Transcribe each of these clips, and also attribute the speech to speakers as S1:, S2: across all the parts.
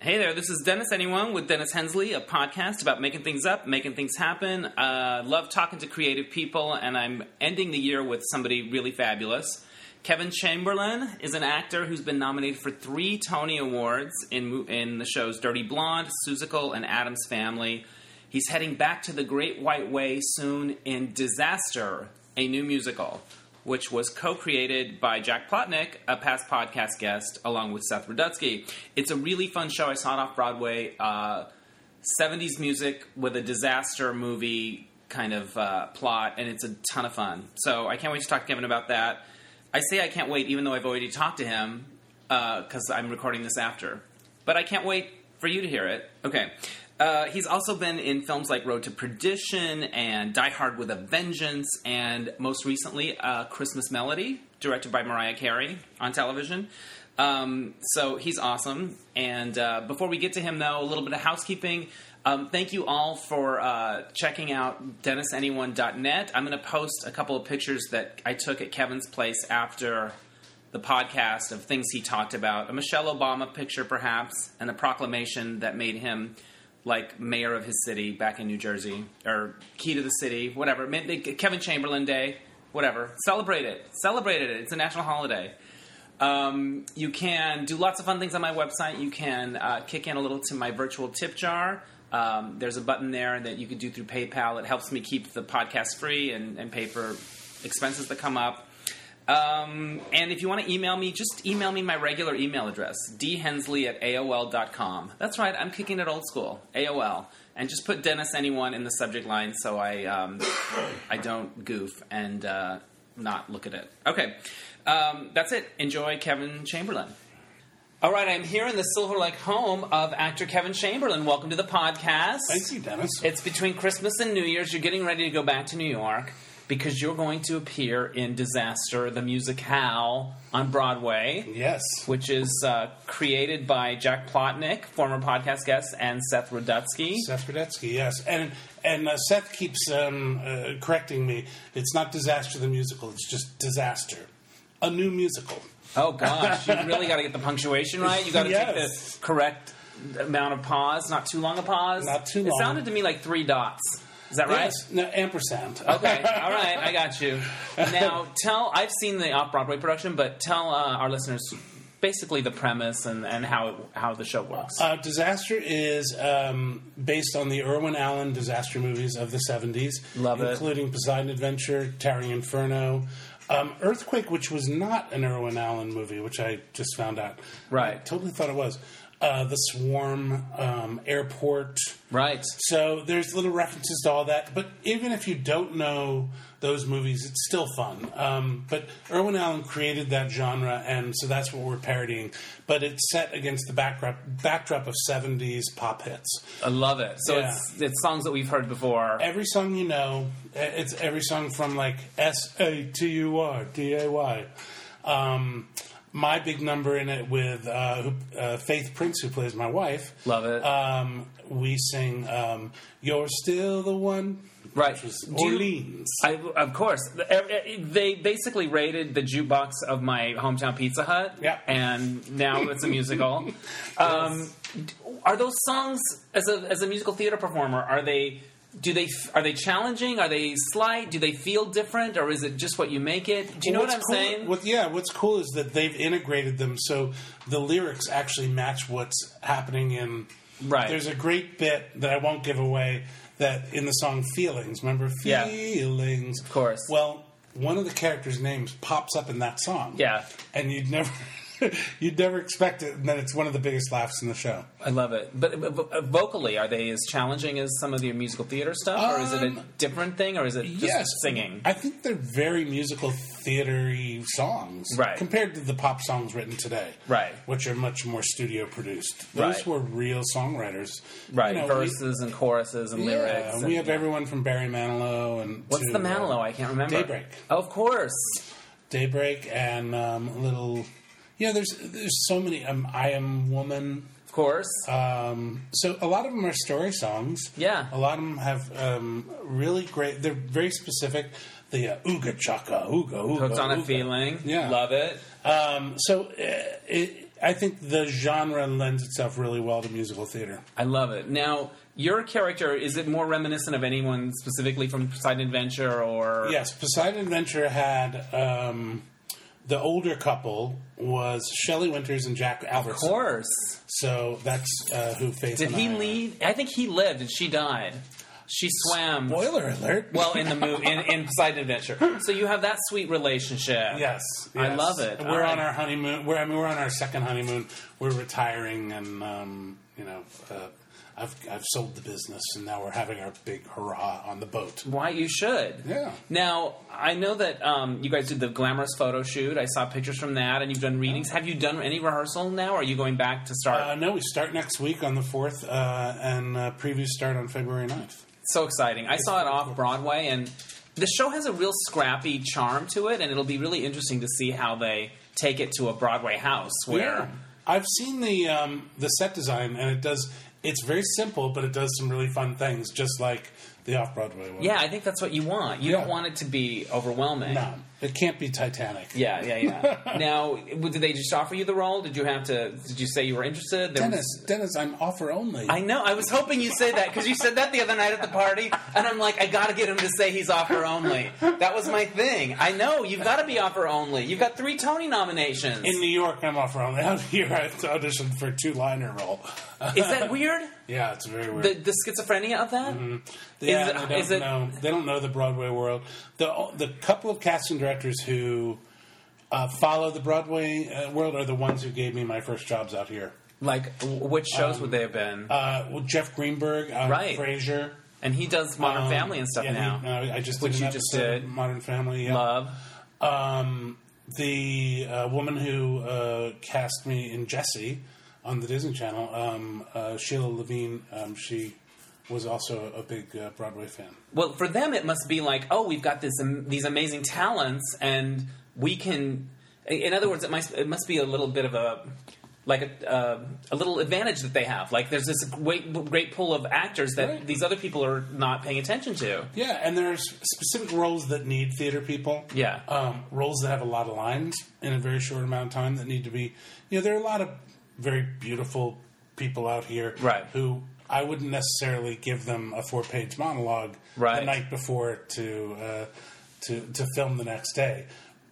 S1: Hey there, this is Dennis Anyone with Dennis Hensley, a podcast about making things up, making things happen. Uh, love talking to creative people, and I'm ending the year with somebody really fabulous. Kevin Chamberlain is an actor who's been nominated for three Tony Awards in, mo- in the shows Dirty Blonde, Susical, and Adam's Family. He's heading back to the Great White Way soon in Disaster, a new musical, which was co created by Jack Plotnick, a past podcast guest, along with Seth Rudutsky. It's a really fun show. I saw it off Broadway. Uh, 70s music with a disaster movie kind of uh, plot, and it's a ton of fun. So I can't wait to talk to Kevin about that. I say I can't wait, even though I've already talked to him, because I'm recording this after. But I can't wait for you to hear it. Okay. Uh, he's also been in films like Road to Perdition and Die Hard with a Vengeance, and most recently, uh, Christmas Melody, directed by Mariah Carey on television. Um, so he's awesome. And uh, before we get to him, though, a little bit of housekeeping. Um, thank you all for uh, checking out DennisAnyone.net. I'm going to post a couple of pictures that I took at Kevin's place after the podcast of things he talked about. A Michelle Obama picture, perhaps, and a proclamation that made him like mayor of his city back in New Jersey, or key to the city, whatever. Ma- they- Kevin Chamberlain Day, whatever. Celebrate it. Celebrate it. It's a national holiday. Um, you can do lots of fun things on my website. You can uh, kick in a little to my virtual tip jar. Um, there's a button there that you can do through PayPal. It helps me keep the podcast free and, and pay for expenses that come up. Um, and if you want to email me, just email me my regular email address, dhensley at AOL.com. That's right, I'm kicking it old school, AOL. And just put Dennis Anyone in the subject line so I, um, I don't goof and uh, not look at it. Okay, um, that's it. Enjoy Kevin Chamberlain. All right, I'm here in the Silver Lake home of actor Kevin Chamberlain. Welcome to the podcast.
S2: Thank you, Dennis.
S1: It's between Christmas and New Year's. You're getting ready to go back to New York because you're going to appear in Disaster, the musicale on Broadway,
S2: yes.
S1: which is uh, created by Jack Plotnick, former podcast guest, and Seth Rudutsky.
S2: Seth Rudetsky, yes. And and uh, Seth keeps um, uh, correcting me. It's not Disaster the Musical, it's just Disaster. A new musical.
S1: Oh gosh, you really got to get the punctuation right. You got to take
S2: Yes.
S1: the correct amount of pause, not too long a pause.
S2: Not too long.
S1: It sounded to me like three dots. Is that right?
S2: Yes, no, ampersand.
S1: Okay, all right, I got you. Now, tell I've seen the off Broadway production, but tell uh, our listeners basically the premise and, and how it, how the show works.
S2: Uh, disaster is um, based on the Irwin Allen disaster movies of the 70s.
S1: Love it.
S2: Including Poseidon Adventure, Towering Inferno, um, Earthquake, which was not an Irwin Allen movie, which I just found out.
S1: Right.
S2: I totally thought it was. Uh, the Swarm, um, Airport.
S1: right.
S2: So there's little references to all that, but even if you don't know those movies, it's still fun. Um, but Irwin Allen created that genre, and so that's what we're parodying. But it's set against the backdrop backdrop of '70s pop hits.
S1: I love it. So
S2: Yeah.
S1: it's it's songs that we've heard before.
S2: Every song you know, eh, it's every song from like S A T U R D A Y. Um, my big number in it with uh, who- uh, Faith Prince, who plays my wife.
S1: Love it.
S2: Um, we sing um, "You're Still the One."
S1: right.
S2: which was
S1: Do you-
S2: Orleans.
S1: I, of course, The- ev- eh, they basically raided the jukebox of my hometown Pizza Hut,
S2: Yeah.
S1: and now it's a musical. Um, d- Are those songs as a as a musical theater performer? Are they do they f- are they challenging? Are they slight? Do they feel different, or is it just what you make it? Do you know what I'm
S2: What's cool-
S1: saying?
S2: What, yeah, what's cool is that they've integrated them so the lyrics actually match what's happening in.
S1: Right.
S2: There's a great bit that I won't give away that in the song Feelings. Remember
S1: Yeah.
S2: Feelings? Of
S1: course.
S2: Well, one of the characters' names pops up in that song.
S1: Yeah.
S2: And you'd never. You'd never expect it, and then it's one of the biggest laughs in the show.
S1: I love it, but, but, but, uh, vocally, are they as challenging as some of your musical theater stuff, or is it a
S2: Um,
S1: different thing, or is it just
S2: yes,
S1: singing?
S2: I think they're very musical theatery songs,
S1: Right.
S2: Compared to the pop songs written today,
S1: Right.
S2: Which are much more studio produced. Those
S1: Right.
S2: were real songwriters,
S1: right,
S2: You know,
S1: verses and choruses and
S2: We,
S1: lyrics.
S2: yeah,
S1: and-
S2: we have everyone from Barry Manilow and
S1: What's
S2: to,
S1: the
S2: uh,
S1: Manilow? I can't remember.
S2: Daybreak.
S1: of course.
S2: Daybreak and um, little. Yeah, there's there's so many. Um, I am woman.
S1: Of course.
S2: Um, so a lot of them are story songs.
S1: Yeah.
S2: a lot of them have um, really great. They're very specific. The uh, ooga chaka ooga ooga
S1: Hooked on a
S2: ooga.
S1: feeling.
S2: Yeah.
S1: Love it.
S2: Um, so uh, it, I think the genre lends itself really well to musical theater.
S1: I love it. Now, your character is it more reminiscent of anyone specifically from Poseidon Adventure or
S2: Yes, Poseidon Adventure had um, the older couple was Shelley Winters and Jack
S1: Of
S2: Albertson.
S1: course.
S2: So that's uh, who Faith.
S1: Did
S2: and
S1: he
S2: I are.
S1: lead? I think he lived and she died. She swam.
S2: Spoiler alert.
S1: Well, in the movie, in, in Poseidon Adventure. So you have that sweet relationship.
S2: Yes,
S1: I
S2: yes.
S1: love it.
S2: We're
S1: I-
S2: on our honeymoon. We're I mean we're on our second honeymoon. We're retiring, and um, you know, uh, I've I've sold the business, and now we're having our big hurrah on the boat.
S1: Why you should.
S2: Yeah.
S1: Now, I know that um, you guys did the glamorous photo shoot. I saw pictures from that, and you've done readings. Have you done any rehearsal now, or are you going back to start?
S2: Uh, no, we start next week on the fourth, uh, and uh, previews start on February 9th.
S1: so exciting. I saw it off Broadway, and the show has a real scrappy charm to it, and it'll be really interesting to see how they take it to a Broadway house where.
S2: I've seen the um, the set design, and it does. It's very simple, but it does some really fun things, just like the off Broadway one.
S1: Yeah, I think that's what you want. You
S2: Yeah.
S1: don't want it to be overwhelming.
S2: no, it can't be Titanic.
S1: Yeah, yeah, yeah. now, w- did they just offer you the role? Did you have to? Did you say you were interested? There was-
S2: Dennis, Dennis, I'm offer only.
S1: I know. I was hoping you say that because you said that the other night at the party, and I'm like, I got to get him to say he's offer only. That was my thing. I know you've got to be offer only. You've got three Tony nominations.
S2: in New York, I'm offer only. Out here, I auditioned for a two liner role.
S1: Is that weird?
S2: yeah, it's very weird.
S1: The, the schizophrenia of that?
S2: yeah,
S1: it-
S2: they don't
S1: is it-
S2: know. They don't know the Broadway world. The the couple of casting directors who uh, follow the Broadway uh, world are the ones who gave me my first jobs out here.
S1: Like, w- which shows would they have been?
S2: Uh, well, Jeff Greenberg, um,
S1: Right.
S2: Frasier,
S1: and he does Modern
S2: um,
S1: Family and stuff
S2: yeah,
S1: now.
S2: he- uh, no, I just
S1: Which
S2: did an
S1: you just
S2: episode of
S1: did.
S2: Modern Family. Yeah.
S1: Love.
S2: Um, the uh, woman who uh, cast me in Jesse on the Disney Channel, um, uh, Sheila Levine, um, she was also a big uh, Broadway fan.
S1: Well, for them, it must be like, oh, we've got this um, these amazing talents, and we can. In other words, it must it must be a little bit of a like a uh, a little advantage that they have. Like there's this great great pool of actors that
S2: Right.
S1: these other people are not paying attention to.
S2: Yeah, and there's specific roles that need theater people.
S1: Yeah.
S2: Um, roles that have a lot of lines in a very short amount of time that need to be. You know, there are a lot of very beautiful people out here
S1: Right.
S2: who I wouldn't necessarily give them a four page monologue the
S1: Right.
S2: night before to, uh, to, to film the next day.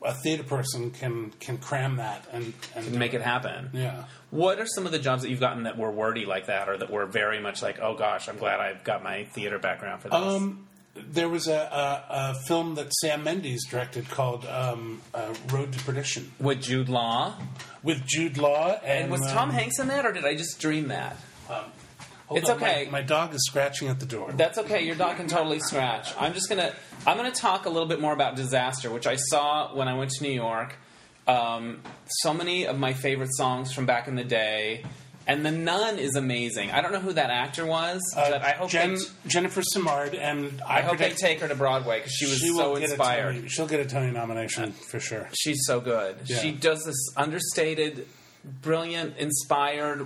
S2: A theater person can, can cram that and, and
S1: to Make it happen.
S2: Yeah.
S1: What are some of the jobs that you've gotten that were wordy like that, or that were very much like, oh gosh, I'm glad I've got my theater background for this?
S2: Um, there was a, a, a film that Sam Mendes directed called um, uh, Road to Perdition.
S1: With Jude Law,
S2: with Jude Law and,
S1: and was
S2: um,
S1: Tom Hanks in that, or did I just dream that?
S2: hold
S1: It's
S2: on, my-
S1: okay.
S2: My, dog is scratching at the door.
S1: That's okay. Your dog can totally scratch. I'm just gonna I'm gonna talk a little bit more about disaster, which I saw when I went to New York. Um, so many of my favorite songs from back in the day, and The Nun is amazing. I don't know who that actor was, but I hope
S2: Uh, Jen,
S1: they,
S2: Jennifer Simard and I,
S1: I hope they
S2: predict
S1: take her to Broadway because she was
S2: she
S1: so
S2: will get a
S1: inspired.
S2: Tony- she'll get a Tony nomination for sure.
S1: She's so good.
S2: Yeah.
S1: She does this understated, brilliant, inspired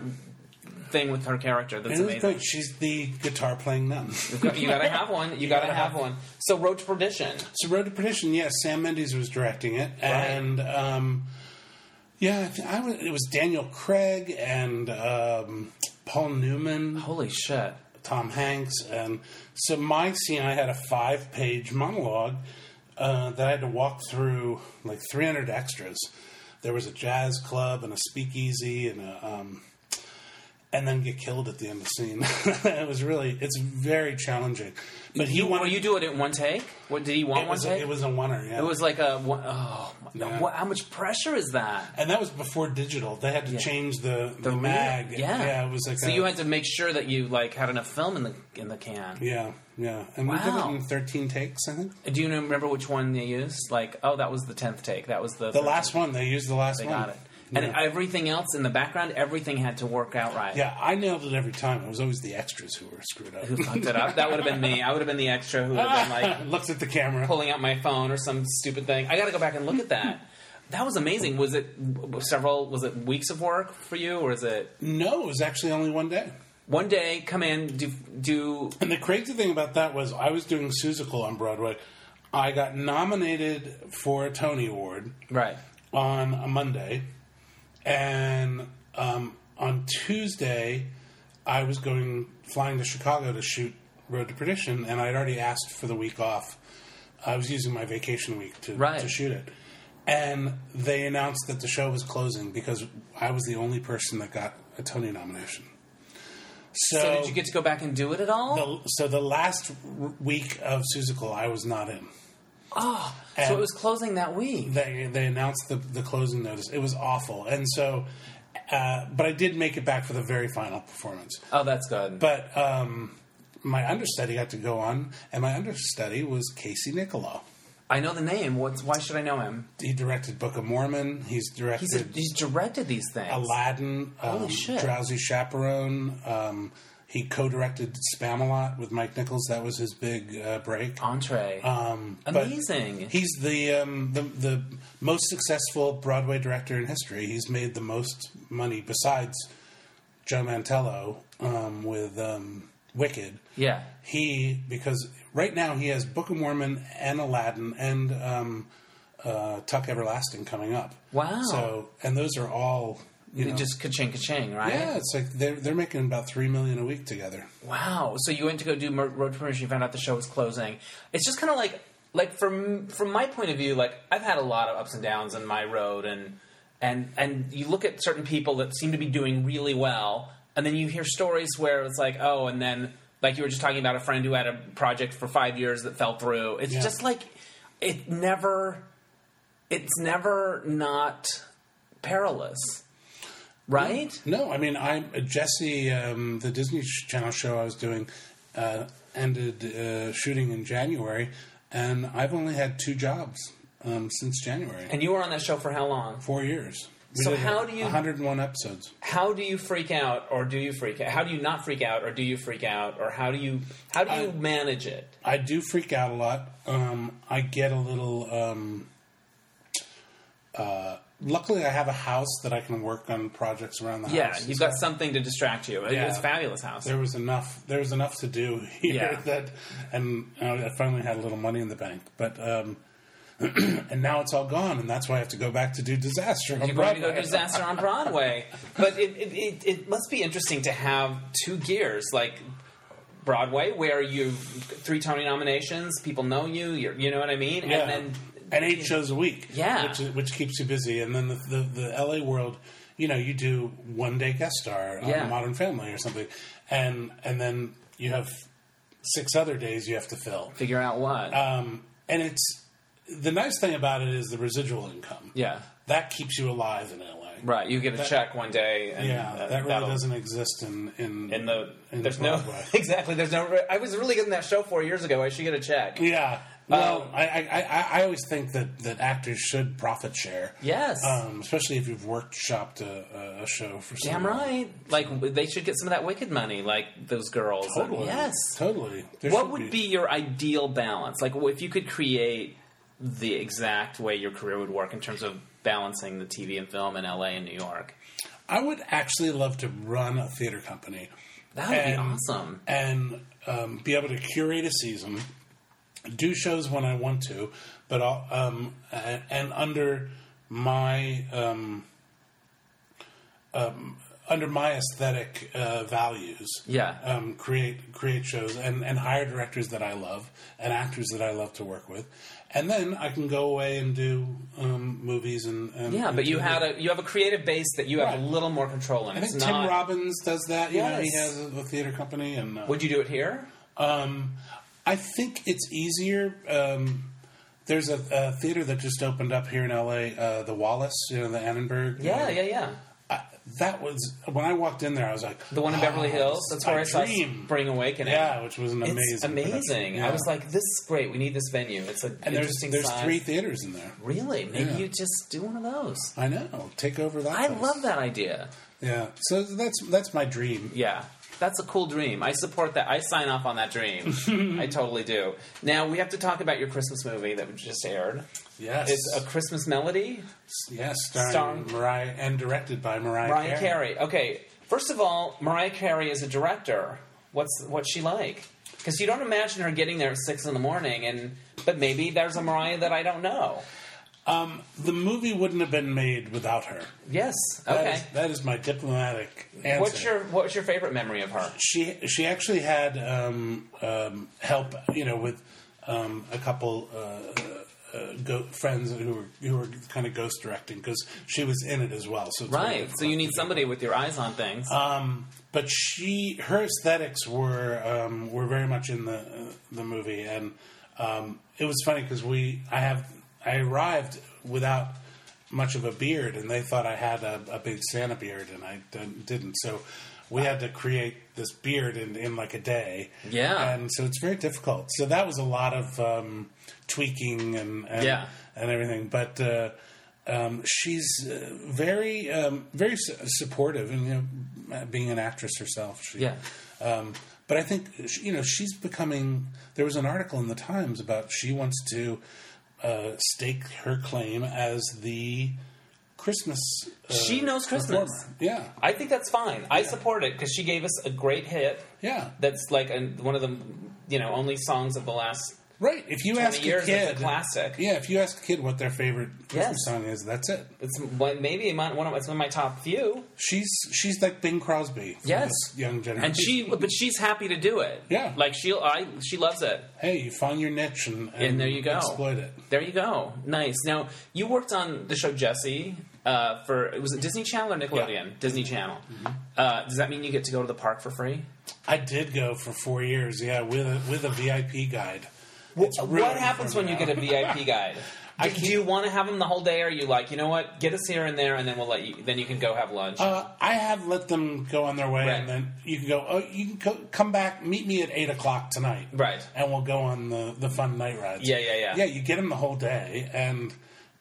S1: thing with her character. That's
S2: It was
S1: amazing.
S2: great. She's the guitar playing nun.
S1: You gotta have one. You gotta have one. So Road to Perdition.
S2: so Road to Perdition, yes, Sam Mendes was directing it, and um, yeah, I think I was, it was Daniel Craig and um, Paul Newman.
S1: Holy shit.
S2: Tom Hanks, and so my scene, I had a five-page monologue uh, that I had to walk through like 300 extras. There was a jazz club and a speakeasy, and a, um, and then get killed at the end of the scene. it was really, it's very challenging. But he
S1: You,
S2: wanted
S1: well, you do it in one take. What did he want?
S2: it
S1: one
S2: was, a,
S1: take.
S2: it was a winner, yeah.
S1: It was like a. one- Oh,
S2: Yeah.
S1: what, how much pressure is that?
S2: and that was before digital. They had to change the the, mag.
S1: Yeah.
S2: it was like
S1: so
S2: a,
S1: you had to make sure that you like had enough film in the in the can.
S2: yeah, yeah. And we did it
S1: Wow.
S2: in 13 takes, I think.
S1: Do you remember which one they used? Like, oh, that was the tenth take. That was the
S2: The last one they used the last
S1: They
S2: one.
S1: got it. And
S2: Yeah.
S1: everything else in the background, everything had to work out right.
S2: Yeah, I nailed it every time. It was always the extras who were screwed up.
S1: Who fucked it up? That would have been me. I would have been the extra who would have been like
S2: Looked at the camera.
S1: pulling out my phone or some stupid thing. I got to go back and look at that. That was amazing. Was it w- several? Was it weeks of work for you, or is it
S2: No, it was actually only one day.
S1: one day come in do do
S2: And the crazy thing about that was I was doing Susical on Broadway. I got nominated for a Tony Award
S1: right
S2: on a Monday, and um, on Tuesday, I was going flying to Chicago to shoot Road to Perdition, and I'd already asked for the week off. I was using my vacation week to
S3: Right.
S2: to shoot it, and they announced that the show was closing because I was the only person that got a Tony nomination. So,
S1: So did you get to go back and do it at all?
S2: the, so the last r- week of Susical, I was not in.
S1: Ah, so it was closing that week.
S2: They they announced the the closing notice. It was awful, and so. Uh, but I did make it back for the very final performance.
S1: Oh, that's good.
S2: But um, my understudy got to go on, and my understudy was Casey Nicolau.
S1: I know the name. What's why should I know him?
S2: He directed Book of Mormon. He's directed
S1: He's a, he's directed these things.
S2: Aladdin, um,
S1: shit.
S2: Drowsy Chaperone. Um, he co-directed Spamalot with Mike Nichols. That was his big uh, break.
S1: Entree.
S2: Um, but
S1: Amazing.
S2: He's the, um, the the most successful Broadway director in history. He's made the most money besides Joe Mantello um, with um, Wicked.
S1: yeah.
S2: He because right now he has Book of Mormon and Aladdin and um, uh, Tuck Everlasting coming up.
S1: Wow.
S2: So and those are all you know
S1: Just ka-ching, ka-ching, right?
S2: yeah. It's like they're they're making about three million a week together.
S1: Wow. So you went to go do Mer- Road to Permission. You found out the show was closing. It's just kind of like, like from from my point of view, like I've had a lot of ups and downs in my road, and and and you look at certain people that seem to be doing really well, and then you hear stories where it's like, oh, and then like you were just talking about a friend who had a project for five years that fell through. It's
S2: Yeah.
S1: just like it never, it's never not perilous, right?
S2: No, I mean I Jesse, um, the Disney sh- Channel show I was doing, uh, ended uh, shooting in January, and I've only had two jobs um, since January.
S1: And you were on that show for how long?
S2: Four years. We
S1: So how do you-
S2: 101 episodes.
S1: how do you freak out or do you freak out how do you not freak out or do you freak out or how do you how do you manage it
S2: I do freak out a lot. Um, I get a little. Um, uh, luckily, I have a house that I can work on projects around the
S1: yeah
S2: house.
S1: you've got something to distract you It-
S2: Yeah.
S1: it's fabulous house
S2: there was enough. There was enough to do here
S1: Yeah.
S2: that, and uh, I finally had a little money in the bank. But um, and now it's all gone, and that's why I have to go back to do disaster. on
S1: you're going to go
S2: Broadway.
S1: to disaster on broadway but it, it, it, it must be interesting to have two gears like broadway where you've three tony nominations people know you you're, you know what i mean
S2: Yeah.
S1: and then
S2: and eight shows a week.
S1: Yeah.
S2: which which keeps you busy. And then the the, the LA world, you know, you do one day guest star on
S1: Yeah.
S2: Modern Family or something, and and then you have six other days you have to fill.
S1: figure out what
S2: Um, and it's the nice thing about it is the residual income.
S1: yeah
S2: that keeps you alive in LA.
S1: right you get a check one day and
S2: Yeah,
S1: uh,
S2: that really
S1: that'll-
S2: doesn't exist in in,
S1: in the
S2: in
S1: there's
S2: Broadway.
S1: no exactly there's no re- I was really good in that show four years ago I should get a check
S2: yeah. Well,
S1: Um,
S2: I, I, I, I always think that, that actors should profit share.
S1: yes
S2: Um, especially if you've workshopped a, a- a show for
S1: damn
S2: someone.
S1: right like w- they should get some of that wicked money like those girls
S2: Totally.
S1: yes
S2: Totally. There
S1: what
S2: should
S1: would be your ideal balance like if you could create the exact way your career would work in terms of balancing the TV and film in LA and New York
S2: I would actually love to run a theater company.
S1: that would
S2: And-
S1: be awesome
S2: and um, be able to curate a season, do shows when I want to, but I'll, um, and, and under my um, um, under my aesthetic uh, values,
S1: Yeah.
S2: um, create create shows and, and hire directors that I love and actors that I love to work with, and then I can go away and do um, movies and, and
S1: yeah
S2: and
S1: but you
S2: TV.
S1: had a you have a creative base that you have
S2: Right.
S1: a little more control in
S2: I
S1: it's
S2: think Tim
S1: not
S2: Robbins does that. You know, he
S1: Yes.
S2: has a, a theater company, and uh,
S1: would you do it here
S2: um, I think it's easier. Um, there's a, a theater that just opened up here in LA, uh, the Wallace, you know, the Annenberg.
S1: yeah yeah yeah
S2: I, that was when I walked in there. I was like,
S1: the one in
S2: "Oh,
S1: Beverly Hills that's
S2: this is
S1: where
S2: my
S1: I saw
S2: dream."
S1: Spring Awakening
S2: Yeah, which was an amazing.
S1: It's amazing.
S2: production. Yeah.
S1: I was like, this is great. We need this venue. It's an
S2: and there's
S1: interesting
S2: there's
S1: size.
S2: three theaters in there.
S1: Really? Maybe
S2: Yeah.
S1: you just do one of those.
S2: I know. Take over that.
S1: I
S2: place.
S1: love that idea.
S2: Yeah. So that's that's my dream.
S1: Yeah. That's a cool dream. I support that. I sign off on that dream. I totally do. Now, we have to talk about your Christmas movie that just aired.
S2: Yes.
S1: It's A Christmas Melody.
S2: yes. Starring
S1: starring-
S2: Mariah and directed by Mariah.
S1: Mariah Carey. Okay. First of all, Mariah Carey is a director. What's what's she like? Because you don't imagine her getting there at six in the morning, and but maybe there's a Mariah that I don't know.
S2: Um, the movie wouldn't have been made without her.
S1: Yes.
S2: That
S1: Okay.
S2: is- that is my diplomatic answer.
S1: What's your What's your favorite memory of her?
S2: she she actually had um, um, help, you know, with um, a couple uh, uh, go- friends who were who were kind of ghost directing because she was in it as well. So it's really
S3: Right. So you need somebody with your eyes on things.
S1: Uh,
S2: um, but she her aesthetics were um, were very much in the uh, the movie, and um, it was funny because we I have I arrived without much of a beard, and they thought I had a, a big Santa beard, and I didn't- didn't. So we had to create this beard in, in like a day.
S3: Yeah.
S2: and so it's very difficult. So that was a lot of um, tweaking and, and
S3: Yeah.
S2: and everything. But uh, um, she's uh, very, um, very su- supportive, and you know, uh, being an actress herself. She,
S3: Yeah.
S2: Um, but I think she- you know she's becoming. There was an article in the Times about she wants to uh, stake her claim as the Christmas. Uh,
S1: She knows Christmas.
S2: performer. Yeah,
S1: I think that's fine. I support it because she gave us a great hit.
S2: yeah.
S1: That's like a, one of the you know only songs of the last
S2: Right. If you ask a
S1: years is a
S2: kid,
S1: classic.
S2: Yeah, if you ask a kid what their favorite Christmas
S1: Yes.
S2: song is, that's it.
S1: It's one- maybe my, one of it's in my top few.
S2: She's she's like Bing Crosby. For
S1: Yes.
S2: this young generation.
S3: and she, but she's happy to do it.
S2: Yeah.
S3: Like she, I, she loves it.
S2: hey, you find your niche and, and,
S3: And there you go.
S2: exploit it.
S3: There you go.
S1: Nice. Now you worked on the show Jesse uh, for it was it Disney Channel or Nickelodeon? Disney Channel. Uh, does that mean you get to go to the park for free?
S2: I did go for four years, yeah, with a, with a VIP guide. It's
S1: what
S2: ruined
S1: happens
S2: for
S1: when
S2: me
S1: you
S2: now.
S1: get a VIP guide?
S2: I
S1: Do, do
S2: keep-
S1: you want to have them the whole day? Or are you like, you know what? Get us here and there, and then we'll let you. Then you can go have lunch.
S2: Uh, I have let them go on their way,
S1: Right.
S2: and then you can go. Oh, you can co- come back. Meet me at eight o'clock tonight,
S1: Right.
S2: And we'll go on the the fun night rides.
S1: Yeah, yeah, yeah.
S2: Yeah, you get them the whole day, and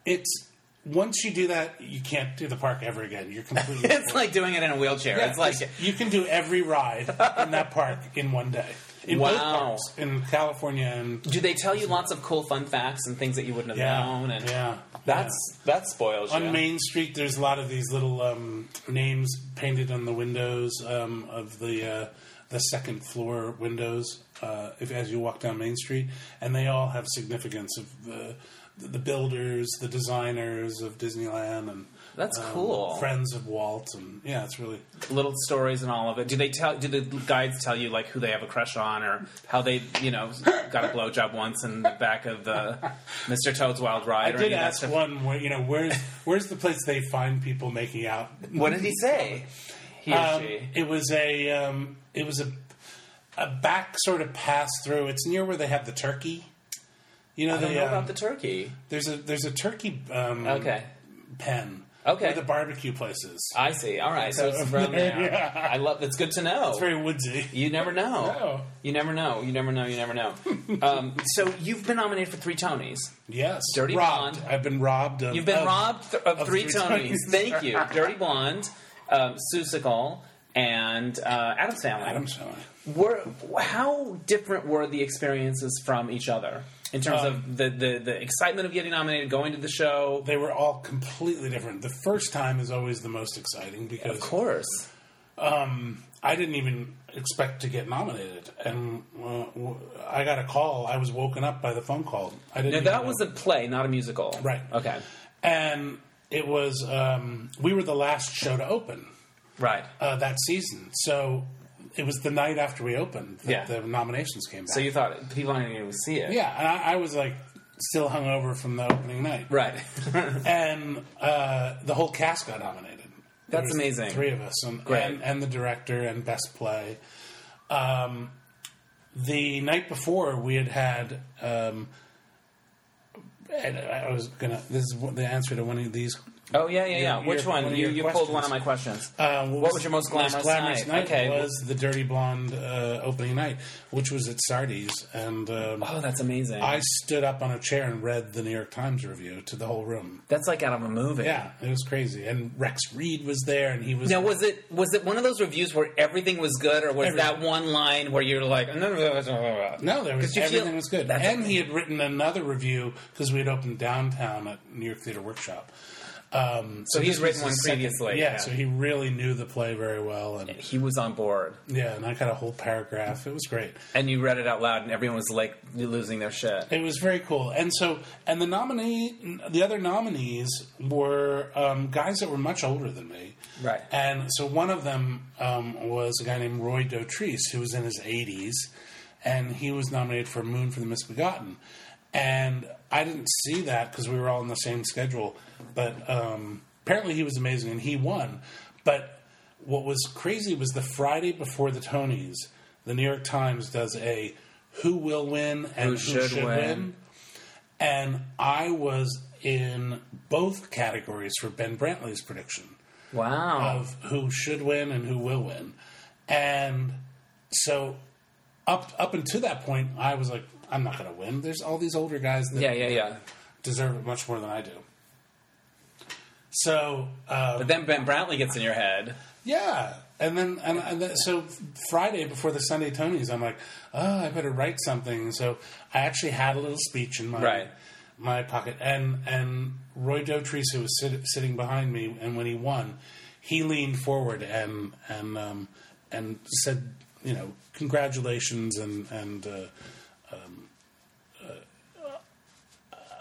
S2: it's once you do that, you can't do the park ever again. You're completely.
S1: it's like doing it in a wheelchair.
S2: Yeah,
S1: it's like
S2: just- you can do every ride in that park in one day. In both
S1: Wow.
S2: parks, in California and
S1: Do they tell you lots of cool fun facts and things that you wouldn't have
S2: yeah,
S1: known? And
S2: yeah,
S1: that's
S2: yeah.
S1: that spoils you.
S2: on Main Street. There's a lot of these little um, names painted on the windows um, of the uh, the second floor windows. Uh, if as you walk down Main Street, and they all have significance of the the builders, the designers of Disneyland, and um,
S1: That's cool.
S2: Friends of Walt, and yeah, it's really
S1: Little stories and all of it. Do they tell? Do the guides tell you like who they have a crush on or how they you know got a blowjob once in the back of the Mr. Toad's Wild Ride? or
S2: I did
S1: any of that
S2: ask
S1: stuff?
S2: one where you know where's where's the place they find people making out.
S1: What did he say? He or
S2: Um,
S1: she?
S2: it was a um, it was a a back sort of pass through. It's near where they have the turkey. You know,
S1: I don't
S2: the,
S1: know
S2: um,
S1: about the turkey.
S2: there's a there's a turkey um,
S1: Okay.
S2: pen.
S1: Okay. Uh,
S2: where the barbecue places.
S1: I see. All right, so it's from there.
S2: Yeah.
S1: I love. That's good to know.
S2: It's very woodsy.
S1: you never know.
S2: No.
S1: You never know. You never know. You never know. um, so you've been nominated for three Tonys.
S2: Yes,
S1: Dirty
S2: robbed.
S1: blonde.
S2: I've been robbed. Of,
S1: You've been
S2: of-
S1: robbed th- of, three,
S2: three
S1: Tonys.
S2: Tonys.
S1: Thank you. Dirty Blonde, um, Seussical, and uh, Adam's Family.
S2: I'm sorry.
S1: Were, how different were the experiences from each other in terms
S2: Um,
S1: of the, the, the excitement of getting nominated, going to the show?
S2: They were all completely different. The first time is always the most exciting because
S1: Of course.
S2: I didn't even expect to get nominated, and uh, w- I got a call. I was woken up by the phone call. I didn't.
S1: Now,
S2: even
S1: that
S2: know.
S1: was a play, not a musical.
S2: Right.
S1: Okay.
S2: and it was um, we were the last show to open
S1: Right.
S2: uh, that season, so it was the night after we opened that
S1: Yeah.
S2: the nominations came back.
S1: So you thought people aren't going to see it.
S2: yeah, and I, I was like still hungover from the opening night,
S1: Right.
S2: and uh, the whole cast got nominated. There
S1: That's
S2: was
S1: amazing.
S2: Three of us, and,
S1: Great.
S2: and and the director and best play. Um, the night before, we had had. Um, and I I was gonna. This is what- the answer to one of these.
S1: oh, yeah, yeah, yeah.
S2: Your-
S1: Which
S2: your-
S1: one?
S2: one of
S1: you
S2: your
S1: you pulled one
S2: questions.
S1: of my questions.
S2: Uh,
S1: What was your most glamorous night? Okay, well-
S2: was the Dirty Blonde uh, opening night, which was at Sardi's, and um,
S1: oh, that's amazing.
S2: I stood up on a chair and read the New York Times review to the whole room.
S1: that's like out of a movie.
S2: Yeah, it was crazy. And Rex Reed was there, and he was.
S1: Now, was it was it one of those reviews where everything was good, or was that
S2: Everything.
S1: one line where you're like, no,
S2: No, there was
S1: you feel-
S2: everything was good,
S1: That's
S2: and he had written another review because we had opened downtown at New York Theater Workshop, Um,
S1: So he's
S2: this
S1: written
S2: was
S1: one
S2: his second-
S1: previously,
S2: yeah,
S1: yeah.
S2: so he really knew the play very well, and
S1: He was on board,
S2: yeah, and I got a whole paragraph. It was great.
S1: and you read it out loud, and everyone was like losing their shit.
S2: It was very cool, and so and the nominee, the other nominees were um, guys that were much older than me,
S1: Right.
S2: And so one of them um, was a guy named Roy Dotrice, who was in his 80s, and he was nominated for Moon for the Misbegotten. And I didn't see that because we were all on the same schedule, but um, apparently he was amazing and he won. But what was crazy was the Friday before the Tonys, the New York Times does a who will win and who, should, win. And I was in both categories for Ben Brantley's prediction
S1: Wow.
S2: of who should win and who will win. And so up up until that point, I was like, I'm not going to win. There's all these older guys that
S1: yeah, yeah, yeah.
S2: deserve it much more than I do. So uh,
S1: But then Ben Brantley gets in your head.
S2: yeah, and then and, and then, so Friday before the Sunday Tonys, I'm like, oh, I better write something. So I actually had a little speech in my
S1: Right.
S2: my pocket, and and Roy Dotrice, who was sit, sitting behind me, and when he won, he leaned forward and and um, and said, you know, congratulations, and and. Uh, uh,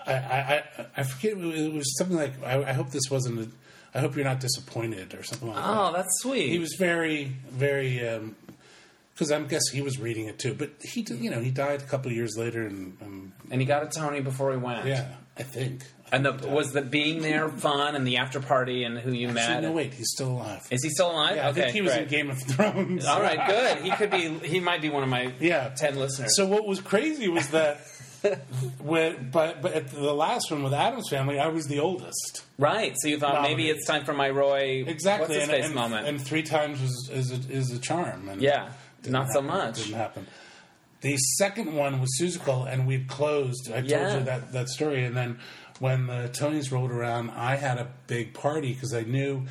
S2: I, I, I- I forget it was something like I, I hope this wasn't a, I hope you're not disappointed or something like that
S1: Oh, that's sweet.
S2: he was very very because I'm guessing he was reading it too. But he did, you know he died a couple of years later, and um,
S1: and he got a Tony before he went.
S2: yeah, I think.
S1: And the, was the being there fun and the after party and who you
S2: Actually,
S1: met?
S2: no, wait, he's still alive.
S1: Is he still alive?
S2: Yeah, I
S1: okay,
S2: think he was in
S1: great.
S2: Game of Thrones.
S1: All right, good. He could be. He might be one of my
S2: Yeah.
S1: ten listeners.
S2: So what was crazy was that, when, but but at the last one with Adam's family, I was the oldest.
S1: right. So you thought maybe
S2: Nominated.
S1: it's time for my Roy.
S2: Exactly,
S1: What's his
S2: and,
S1: face
S2: and-
S1: moment?
S2: and three times is is a, is a charm. And
S1: yeah.
S2: Didn't
S1: Not so
S2: happen.
S1: much.
S2: Didn't happen. The second one was Seussical, and we'd closed. I told
S1: Yeah.
S2: you that, that story. And then when the Tonys rolled around, I had a big party because I knew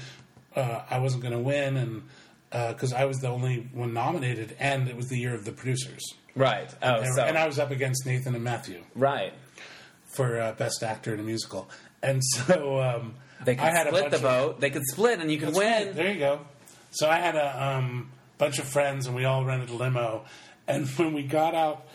S2: uh, I wasn't going to win, and because I was the only one nominated, and it was the year of the producers.
S1: Right. Oh,
S2: And,
S1: so
S2: and I was up against Nathan and Matthew
S1: right.
S2: for uh, best actor in a musical, and so um,
S1: They could
S2: I had a
S1: split
S2: bunch
S1: the
S2: of-
S1: vote. They could split, and you could
S2: that's
S1: win.
S2: right. There you go. So I had a um, bunch of friends, and we all rented a limo. And when we got out,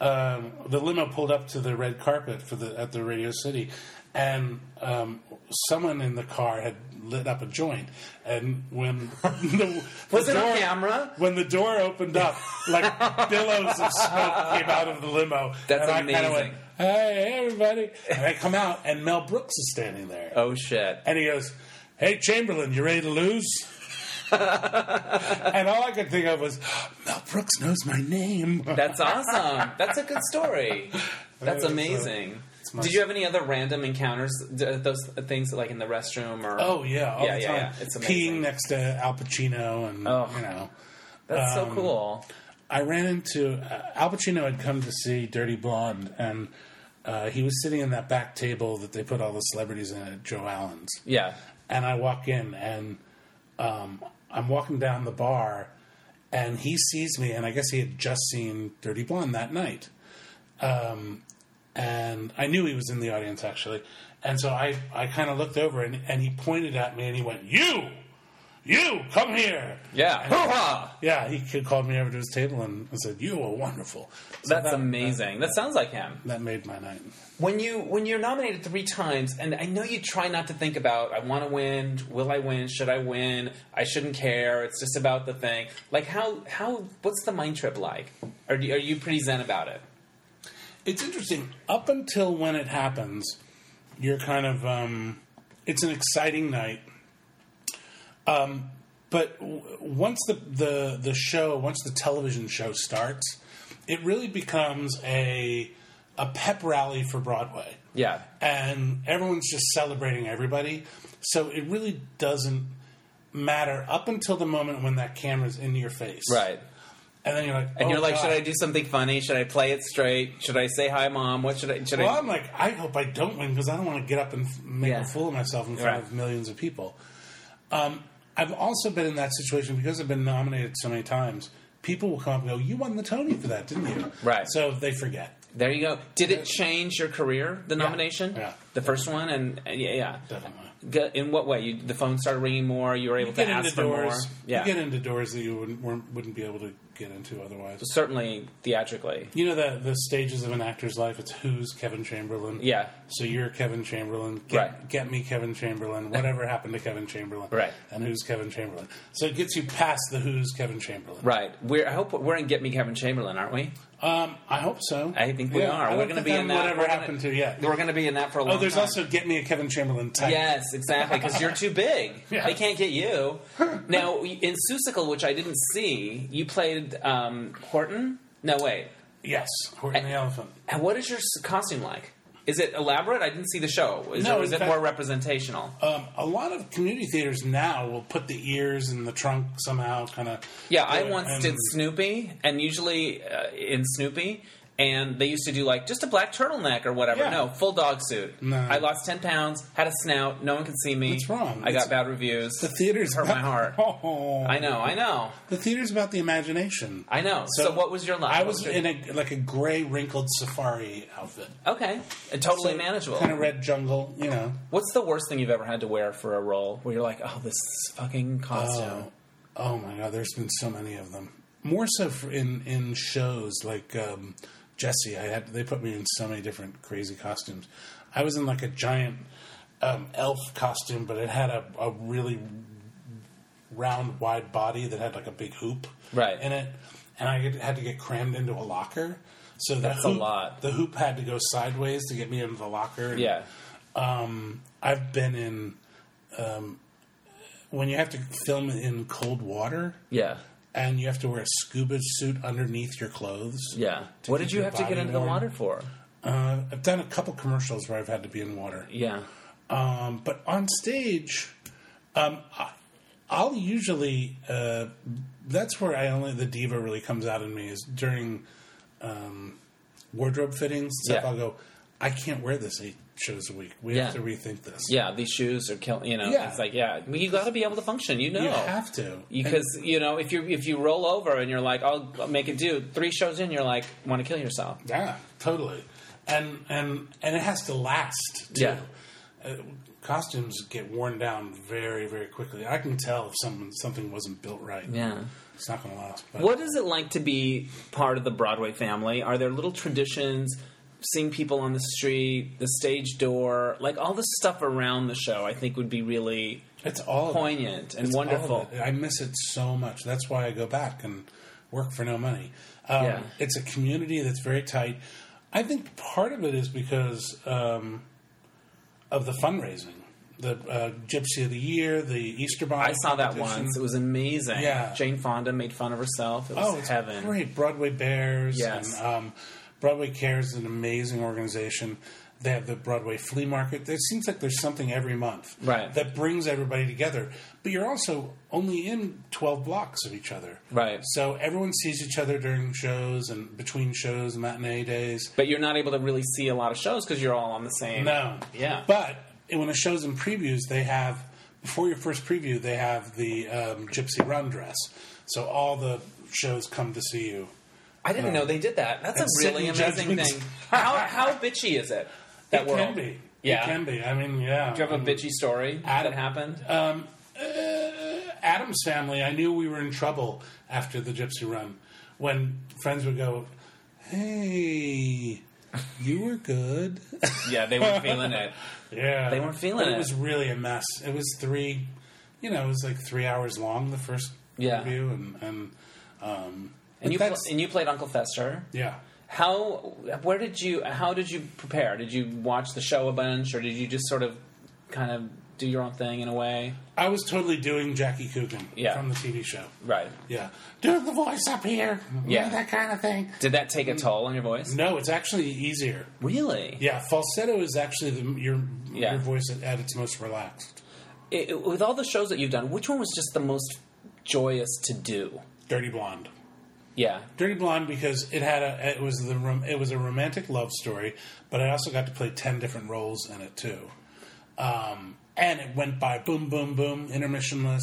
S2: um, the limo pulled up to the red carpet for the at the Radio City, and um, someone in the car had lit up a joint. And when the,
S1: Was
S2: the
S1: it on
S2: door-
S1: camera?
S2: When the door opened up, like billows of smoke came out of the limo.
S1: That's
S2: and I kinda
S1: amazing.
S2: went, hey, everybody! And I come out, and Mel Brooks is standing there.
S1: Oh shit.
S2: And he goes, Hey, Chamberlain, you ready to lose? and all I could think of was, Mel Brooks knows my name.
S1: That's awesome. That's a good story. That's
S2: Yeah, so
S1: amazing.
S2: my-
S1: Did you have any other random encounters? D- Those things like in the restroom or
S2: oh, yeah, all
S1: Yeah,
S2: the
S1: yeah,
S2: time.
S1: yeah. It's amazing.
S2: Peeing next to Al Pacino, and,
S1: Oh.
S2: you know.
S1: that's so
S2: um,
S1: cool.
S2: I ran into uh, Al Pacino had come to see Dirty Blonde, and uh, he was sitting in that back table that they put all the celebrities in at Joe Allen's.
S1: Yeah.
S2: and I walk in and um, I'm walking down the bar and he sees me and I guess he had just seen Dirty Blonde that night. Um, and I knew he was in the audience actually. And so I, I kind of looked over and, and he pointed at me and he went, You! You! Come here!
S1: Yeah. Hoo-ha!
S2: Yeah, he c- called me over to his table and and said, You are wonderful. So
S1: That's
S2: that-
S1: amazing. That sounds like him.
S2: That made my night.
S1: When you when you're nominated three times, and I know you try not to think about I want to win, will I win, should I win, I shouldn't care. It's just about the thing. Like how how what's the mind trip like? Are you, are you pretty zen about it?
S2: it's interesting. Up until when it happens, you're kind of um, it's an exciting night. Um, but w- once the, the the show, once the television show starts, it really becomes a a pep rally for Broadway
S1: Yeah.
S2: and everyone's just celebrating everybody. So it really doesn't matter up until the moment when that camera's in your face,
S1: Right.
S2: And then you're like,
S1: And
S2: "Oh,
S1: you're like,
S2: God."
S1: should I do something funny? Should I play it straight? Should I say hi, mom? What should I? Should
S2: Well,
S1: I?
S2: I'm like, I hope I don't win because I don't want to get up and f- make
S1: Yeah.
S2: a fool of myself in front
S1: Right.
S2: of millions of people. Um, I've also been in that situation because I've been nominated so many times. People will come up and go, "You won the Tony for that, didn't you?"
S1: Right.
S2: So they forget.
S1: There you go. Did it change your career? The nomination?
S2: Yeah.
S1: the first one, and, and yeah, yeah.
S2: Definitely.
S1: G- In what way? You, the phone started ringing more. You were able
S2: get
S1: to ask
S2: into
S1: for
S2: doors.
S1: more. Yeah,
S2: You get into doors that you wouldn't weren't- wouldn't be able to get into otherwise.
S1: certainly theatrically.
S2: You know the the stages of an actor's life. It's who's Kevin Chamberlain.
S1: Yeah.
S2: So you're Kevin Chamberlain. Get,
S1: Right.
S2: get me Kevin Chamberlain. Whatever happened to Kevin Chamberlain?
S1: Right.
S2: And who's Kevin Chamberlain? So it gets you past the who's Kevin Chamberlain.
S1: Right. We're, I hope we're in Get Me Kevin Chamberlain, aren't we?
S2: Um, I hope so.
S1: I think we
S2: Yeah,
S1: are.
S2: I
S1: we're going
S2: don't
S1: to
S2: think
S1: be
S2: I'm
S1: in that.
S2: Whatever
S1: we're gonna-
S2: happened to? Yeah.
S1: We're going to be in that for a long
S2: Oh, there's
S1: time.
S2: also get me a Kevin Chamberlain type.
S1: Yes, exactly. Because you're too big.
S2: Yeah.
S1: They can't get you. Now in Seussical, which I didn't see, you played um, Horton. No, wait.
S2: Yes. Horton the elephant.
S1: And what is your s- costume like? Is it elaborate? I didn't see the show. Is,
S2: No,
S1: or is
S2: in
S1: it
S2: fact-
S1: more representational?
S2: Um, a lot of community theaters now will put the ears in the trunk somehow, kind of.
S1: Yeah, I once did Snoopy, and usually uh, in Snoopy, and they used to do like just a black turtleneck or whatever.
S2: Yeah.
S1: No, full dog suit.
S2: No.
S1: I lost ten pounds, had a snout, no one could see me.
S2: What's wrong?
S1: I
S2: It's-
S1: got bad reviews.
S2: The theater's
S1: hurt my heart.
S2: Oh,
S1: I know, I know,
S2: The theater's about the imagination.
S1: I know. So, what was your life?
S2: I
S1: What
S2: was
S1: your-
S2: in a like a gray wrinkled safari outfit.
S1: okay, and totally manageable.
S2: Kind of red jungle, you know.
S1: What's the worst thing you've ever had to wear for a role where you're like, oh, this fucking costume?
S2: Oh, oh my god, there's been so many of them. More so for in in shows like um, Jesse. I had they put me in so many different crazy costumes. I was in like a giant um, elf costume, but it had a, a really round, wide body that had like a big hoop
S1: Right.
S2: in it, and I had- had to get crammed into a locker. So the
S1: That's a
S2: hoop,
S1: lot.
S2: The hoop had to go sideways to get me into the locker. and
S1: Yeah.
S2: um, I've been in um, when you have to film in cold water
S1: Yeah.
S2: and you have to wear a scuba suit underneath your clothes.
S1: Yeah.
S2: to
S1: What
S2: keep
S1: did you
S2: your
S1: have to get
S2: body
S1: into the
S2: warm.
S1: water for?
S2: Uh, I've done a couple commercials where I've had to be in water,
S1: Yeah.
S2: um, but on stage, um, I, I'll usually uh, that's where I only the diva really comes out in me is during um, wardrobe fittings. and Stuff
S1: Yeah.
S2: I'll go, I can't wear this eight shows a week. We have to
S1: Yeah.
S2: rethink this.
S1: Yeah, these shoes are killing. You know,
S2: Yeah.
S1: it's like yeah, I mean, you got to be able to function. You know,
S2: You have to
S1: because you know if you if you roll over and you're like, I'll I'll make it do. Three shows in, you're like, want to kill yourself.
S2: Yeah, totally. And and and it has to last too.
S1: Yeah.
S2: Uh, costumes get worn down very very quickly. I can tell if someone something wasn't built right.
S1: Yeah.
S2: It's not going to last. But
S1: What is it like to be part of the Broadway family? Are there little traditions? Seeing people on the street, the stage door, like all the stuff around the show, I think would be really
S2: It's all of it.
S1: poignant and
S2: It's all of
S1: wonderful.
S2: it. I miss it so much. That's why I go back and work for no money. Um,
S1: Yeah.
S2: It's a community that's very tight. I think part of it is because um, of the fundraising. The uh, Gypsy of the Year, the Easter Bonnet.
S1: I saw that
S2: competition.
S1: once; it was amazing.
S2: Yeah. Oh,
S1: Jane Fonda made fun of herself. It was
S2: it's
S1: heaven.
S2: Great Broadway Bears.
S1: Yes.
S2: And, um, Broadway Care is an amazing organization. They have the Broadway flea market. It seems like there's something every month
S1: Right.
S2: that brings everybody together. But you're also only in 12 blocks of each other.
S1: Right.
S2: So everyone sees each other during shows and between shows, matinee days.
S1: But you're not able to really see a lot of shows because you're all on the same.
S2: No.
S1: Yeah.
S2: But when a show's in previews, they have before your first preview, they have the um, Gypsy Run dress. So all the shows come to see you.
S1: I didn't know they did that. That's a
S2: And
S1: really
S2: sitting
S1: amazing
S2: judgments.
S1: thing. How how bitchy is it? That
S2: it
S1: world.
S2: can be.
S1: Yeah.
S2: It can be. I mean, yeah.
S1: Do you have a bitchy story
S2: Adam-
S1: that
S2: Uh,
S1: happened?
S2: Adam's family, I knew we were in trouble after the Gypsy Run when friends would go, hey, you were good.
S1: yeah, they weren't feeling it.
S2: yeah.
S1: They weren't feeling
S2: But
S1: it.
S2: It was really a mess. It was three, you know, it was like three hours long, the first
S1: Yeah.
S2: review. And, and, um, but
S1: And you pl-
S2: that's-
S1: and you played Uncle Fester.
S2: yeah.
S1: How where did you how did you prepare? Did you watch the show a bunch or did you just sort of kind of do your own thing in a way?
S2: I was totally doing Jackie Coogan
S1: Yeah.
S2: from the TV show.
S1: Right.
S2: Yeah. Do the voice up here.
S1: Yeah.
S2: That kind of thing.
S1: Did that take a toll on your voice?
S2: No, it's actually easier.
S1: Really?
S2: Yeah, falsetto is actually the, your
S1: Yeah.
S2: your voice at, at its most relaxed.
S1: It- it- with all the shows that you've done, which one was just the most joyous to do?
S2: Dirty blonde.
S1: Yeah.
S2: Dirty blonde because it had a it was the rom, it was a romantic love story, but I also got to play ten different roles in it too, um, and it went by boom boom boom intermissionless.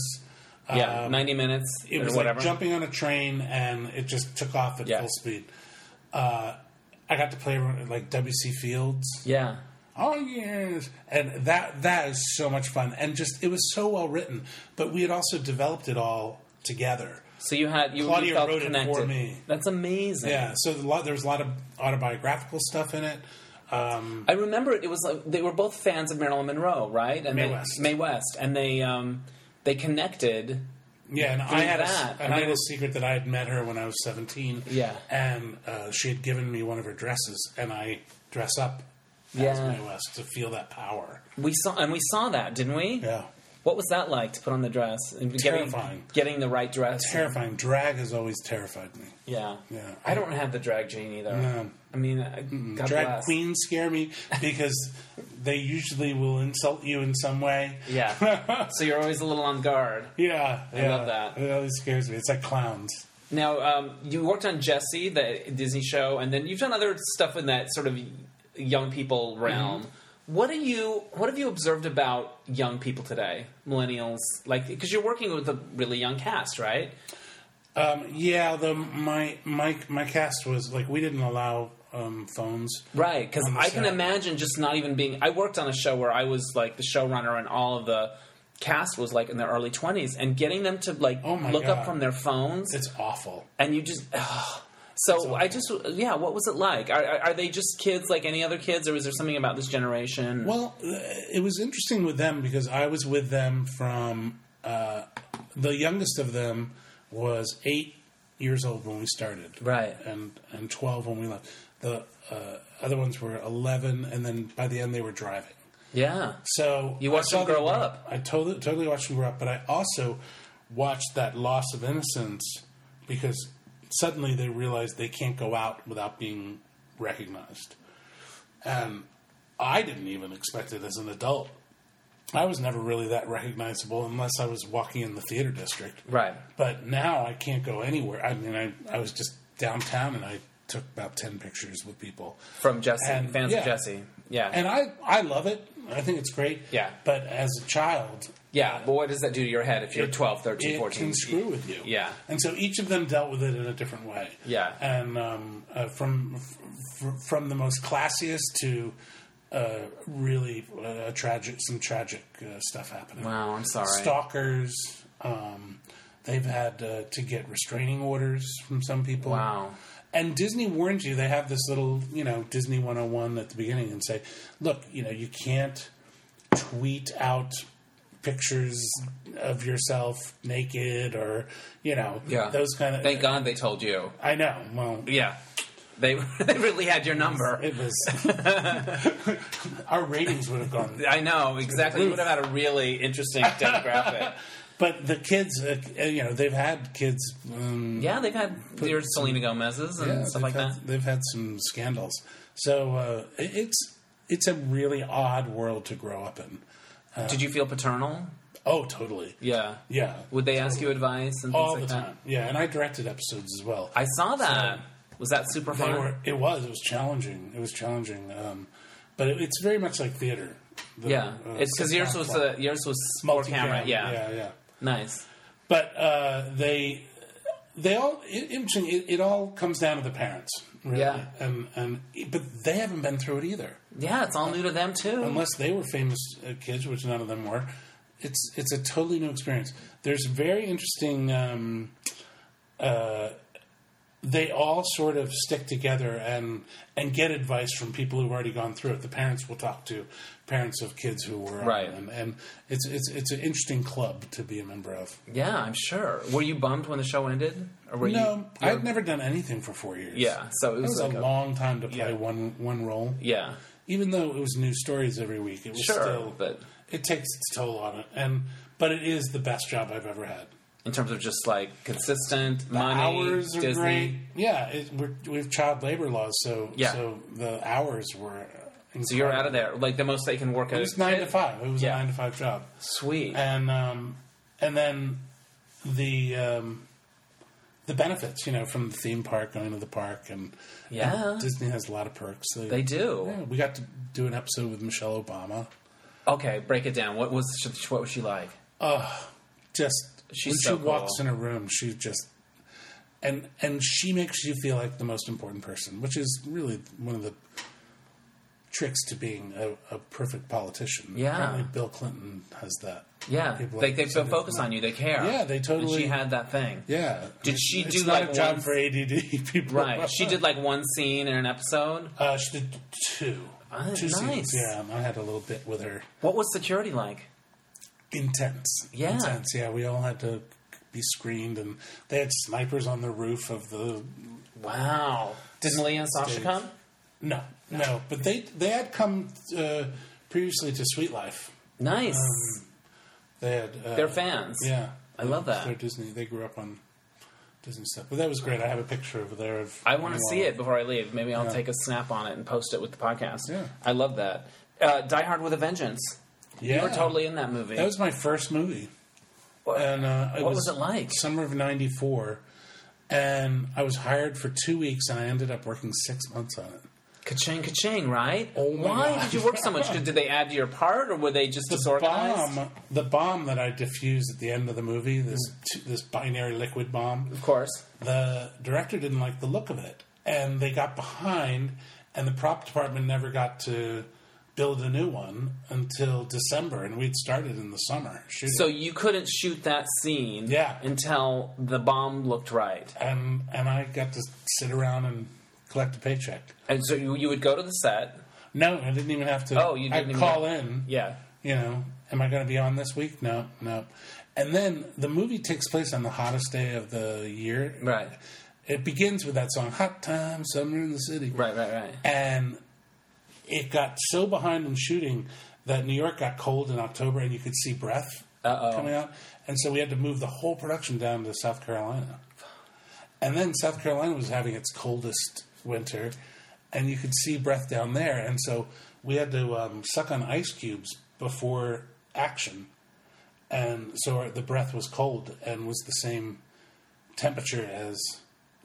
S1: Yeah,
S2: Um,
S1: 90 minutes
S2: it
S1: or
S2: was
S1: whatever.
S2: like jumping on a train and it just took off at
S1: Yeah.
S2: full speed. Uh, I got to play like W. C. Fields.
S1: yeah.
S2: oh yes, and that that is so much fun, and just it was so well written. But we had also developed it all together.
S1: So you had you,
S2: Claudia
S1: you felt
S2: wrote it for
S1: connected.
S2: me.
S1: That's amazing.
S2: Yeah, so the lot, there was a lot of autobiographical stuff in it. Um,
S1: I remember it. It was like they were both fans of Marilyn Monroe, right? And
S2: Mae
S1: they,
S2: West.
S1: Mae West, and they um, they connected.
S2: Yeah, and I
S1: Doing
S2: had a,
S1: that,
S2: and
S1: I
S2: I
S1: mean-
S2: had a secret that I had met her when I was seventeen.
S1: Yeah.
S2: and uh, she had given me one of her dresses, and I dress up as
S1: Yeah.
S2: Mae West to feel that power.
S1: We saw and we saw that, didn't we?
S2: Yeah,
S1: What was that like to put on the dress and getting
S2: Terrifying.
S1: getting the right dress?
S2: terrifying. Drag has always terrified me.
S1: yeah.
S2: Yeah.
S1: I don't have the drag gene either.
S2: No.
S1: I mean, I- God
S2: drag
S1: bless.
S2: queens scare me because they usually will insult you in some way.
S1: Yeah. so you're always a little on guard.
S2: Yeah, I yeah.
S1: love that.
S2: It always scares me. It's like clowns.
S1: Now, um, you worked on Jesse, the Disney show, and then you've done other stuff in that sort of young people
S2: Mm-hmm.
S1: realm. What do you? What have you observed about young people today, millennials? Like, because you're working with a really young cast, right?
S2: Um, yeah, although my my my cast was like we didn't allow um, phones.
S1: Right, because
S2: On the
S1: I can
S2: set.
S1: imagine just not even being. I worked on a show where I was like the showrunner, and all of the cast was like in their early twenties, and getting them to like
S2: Oh my
S1: look up
S2: God.
S1: from their phones,
S2: It's awful.
S1: and you just. ugh. So I just yeah, what was it like? Are, are are they just kids like any other kids, or is there something about this generation?
S2: Well, uh, it was interesting with them because I was with them from uh, the youngest of them was eight years old when we started,
S1: Right.
S2: and and twelve when we left. The uh, other ones were eleven, and then by the end they were driving.
S1: Yeah,
S2: So
S1: You watched
S2: I saw
S1: them grow up.
S2: I totally totally watched them grow up, but I also watched that loss of innocence because suddenly they realized they can't go out without being recognized, and I didn't even expect it as an adult. I was never really that recognizable unless I was walking in the theater district.
S1: right.
S2: But now I can't go anywhere. I mean, I, I was just downtown and I took about 10 pictures with people.
S1: From Jesse,
S2: And-
S1: fans
S2: yeah.
S1: of Jesse. Yeah,
S2: And I, I love it. I think it's great.
S1: Yeah.
S2: But as a child,
S1: yeah. But what does that do to your head if you're 12, 13,
S2: it
S1: 14?
S2: can screw with you.
S1: Yeah.
S2: And so each of them dealt with it in a different way.
S1: Yeah.
S2: And um, uh, from f- from the most classiest to uh, really uh, tragic, some tragic uh, stuff happening.
S1: Wow, I'm sorry.
S2: Stalkers. Um, they've had uh, to get restraining orders from some people.
S1: Wow.
S2: And Disney warns you. They have this little, you know, Disney 101 at the beginning and say, look, you know, you can't tweet out pictures of yourself naked or, you know,
S1: Yeah,
S2: those kind of.
S1: Thank God they told you.
S2: I know. Well,
S1: Yeah, they they really had your number.
S2: it was. our ratings would have gone
S1: I know exactly. You would have had a really interesting demographic.
S2: But the kids, uh, uh, you know, they've had kids. Um,
S1: yeah, they've had your Selena Gomez's and
S2: yeah,
S1: stuff
S2: they've
S1: like
S2: had,
S1: that.
S2: They've had some scandals. So uh, it- it's it's a really odd world to grow up in.
S1: Did you feel paternal?
S2: Oh, totally.
S1: Yeah.
S2: Yeah,
S1: Would they ask you advice and things
S2: all
S1: like
S2: the
S1: that?
S2: time. Yeah, and I directed episodes as well.
S1: I saw that. was that super
S2: They
S1: fun?
S2: were- it was it was challenging. It was challenging. Um, but it, it's very much like theater. The,
S1: yeah,
S2: uh,
S1: it's because yours was uh, yours was more
S2: multi-cam.
S1: camera. Yeah.
S2: yeah, yeah.
S1: nice.
S2: but uh, they they all it, interesting. It, it all comes down to the parents, really.
S1: Yeah.
S2: And and but they haven't been through it either,
S1: Yeah, it's all new to them too.
S2: unless they were famous uh, kids, which none of them were. It's it's a totally new experience. There's very interesting. Um, uh, they all sort of stick together and and get advice from people who've already gone through it. The parents will talk to parents of kids who were on,
S1: Right.
S2: and, and it's it's it's an interesting club to be a member of.
S1: yeah, I'm sure. Were you bummed when the show ended, or were you?
S2: No, I'd never done anything for four years.
S1: Yeah, so it
S2: It
S1: was,
S2: was a
S1: like a-
S2: long time to play one one role.
S1: yeah,
S2: Even though it was new stories every week, it was
S1: sure,
S2: still
S1: but
S2: it takes its toll on it. And but it is the best job I've ever had.
S1: in terms of just like consistent money,
S2: hours are
S1: Disney,
S2: great. Yeah, it, we're, we have child labor laws, so
S1: Yeah.
S2: so the hours were. Incredible.
S1: So you're out of there. Like the most they can work at
S2: It was nine to five. It was
S1: Yeah.
S2: a nine to five job.
S1: Sweet.
S2: and um, and then the um, the benefits, you know, from the theme park going to the park, and
S1: Yeah.
S2: and Disney has a lot of perks.
S1: They do.
S2: Yeah, we got to do an episode with Michelle Obama.
S1: Okay, break it down. What was she, what was she like?
S2: Just
S1: She's
S2: when
S1: so
S2: she walks
S1: cool.
S2: in a room, she just and and she makes you feel like the most important person, which is really one of the tricks to being a, a perfect politician.
S1: Yeah.
S2: Apparently Bill Clinton has that.
S1: Yeah,
S2: People
S1: like
S2: like
S1: they
S2: to
S1: so
S2: do
S1: focus
S2: that.
S1: on you. They care.
S2: Yeah, they totally-
S1: And she had that thing.
S2: Yeah.
S1: Did she
S2: it's
S1: do,
S2: not
S1: like,
S2: a job
S1: one-
S2: for ADD people?
S1: Right. She did like one scene in an episode.
S2: Uh, she did two.
S1: Oh,
S2: two
S1: nice.
S2: scenes. Yeah, and I had a little bit with her.
S1: What was security like?
S2: Intense.
S1: Yeah.
S2: Intense. Yeah, we all had to be screened, and they had snipers on the roof of the.
S1: Wow. Didn't Leah and Sasha
S2: Dave.
S1: come?
S2: No, no, but they they had come uh, previously to Sweet Life.
S1: Nice.
S2: They had. Uh,
S1: They're fans.
S2: Oh, Yeah,
S1: I love that.
S2: They're Disney. They grew up on Disney stuff, but that was great. I have a picture over there of.
S1: I want to
S2: Noel.
S1: see it before I leave. Maybe I'll
S2: Yeah.
S1: take a snap on it and post it with the podcast.
S2: Yeah.
S1: I love that. Uh, Die Hard with a Vengeance.
S2: Yeah,
S1: You were totally in that movie.
S2: That was my first movie. And uh, it
S1: What was it like?
S2: Summer of '94, and I was hired for two weeks, and I ended up working six months on it.
S1: ka-ching, ka-ching, right?
S2: Oh my
S1: Why
S2: God.
S1: did you work so much? Did did they add to your part, or were they just
S2: The
S1: disorganized?
S2: bomb, the bomb that I diffused at the end of the movie, this this binary liquid bomb.
S1: Of course.
S2: The director didn't like the look of it, and they got behind, and the prop department never got to build a new one until December, and we'd started in the summer shooting.
S1: So you couldn't shoot that scene
S2: Yeah.
S1: until the bomb looked right.
S2: and and I got to sit around and collect a paycheck.
S1: And so you, you would go to the set.
S2: No, I didn't even have to.
S1: Oh, you didn't
S2: I'd
S1: even
S2: call
S1: have-
S2: in.
S1: Yeah.
S2: You know, am I going to be on this week? No, no. And then the movie takes place on the hottest day of the year.
S1: Right.
S2: It begins with that song, "Hot Time, Summer in the City."
S1: Right, right, right.
S2: And Um, it got so behind in shooting that New York got cold in October, and you could see breath
S1: Uh-oh.
S2: coming out. And so we had to move the whole production down to South Carolina. And then South Carolina was having its coldest winter, and you could see breath down there. And so we had to um, suck on ice cubes before action. And so our, the breath was cold and was the same temperature as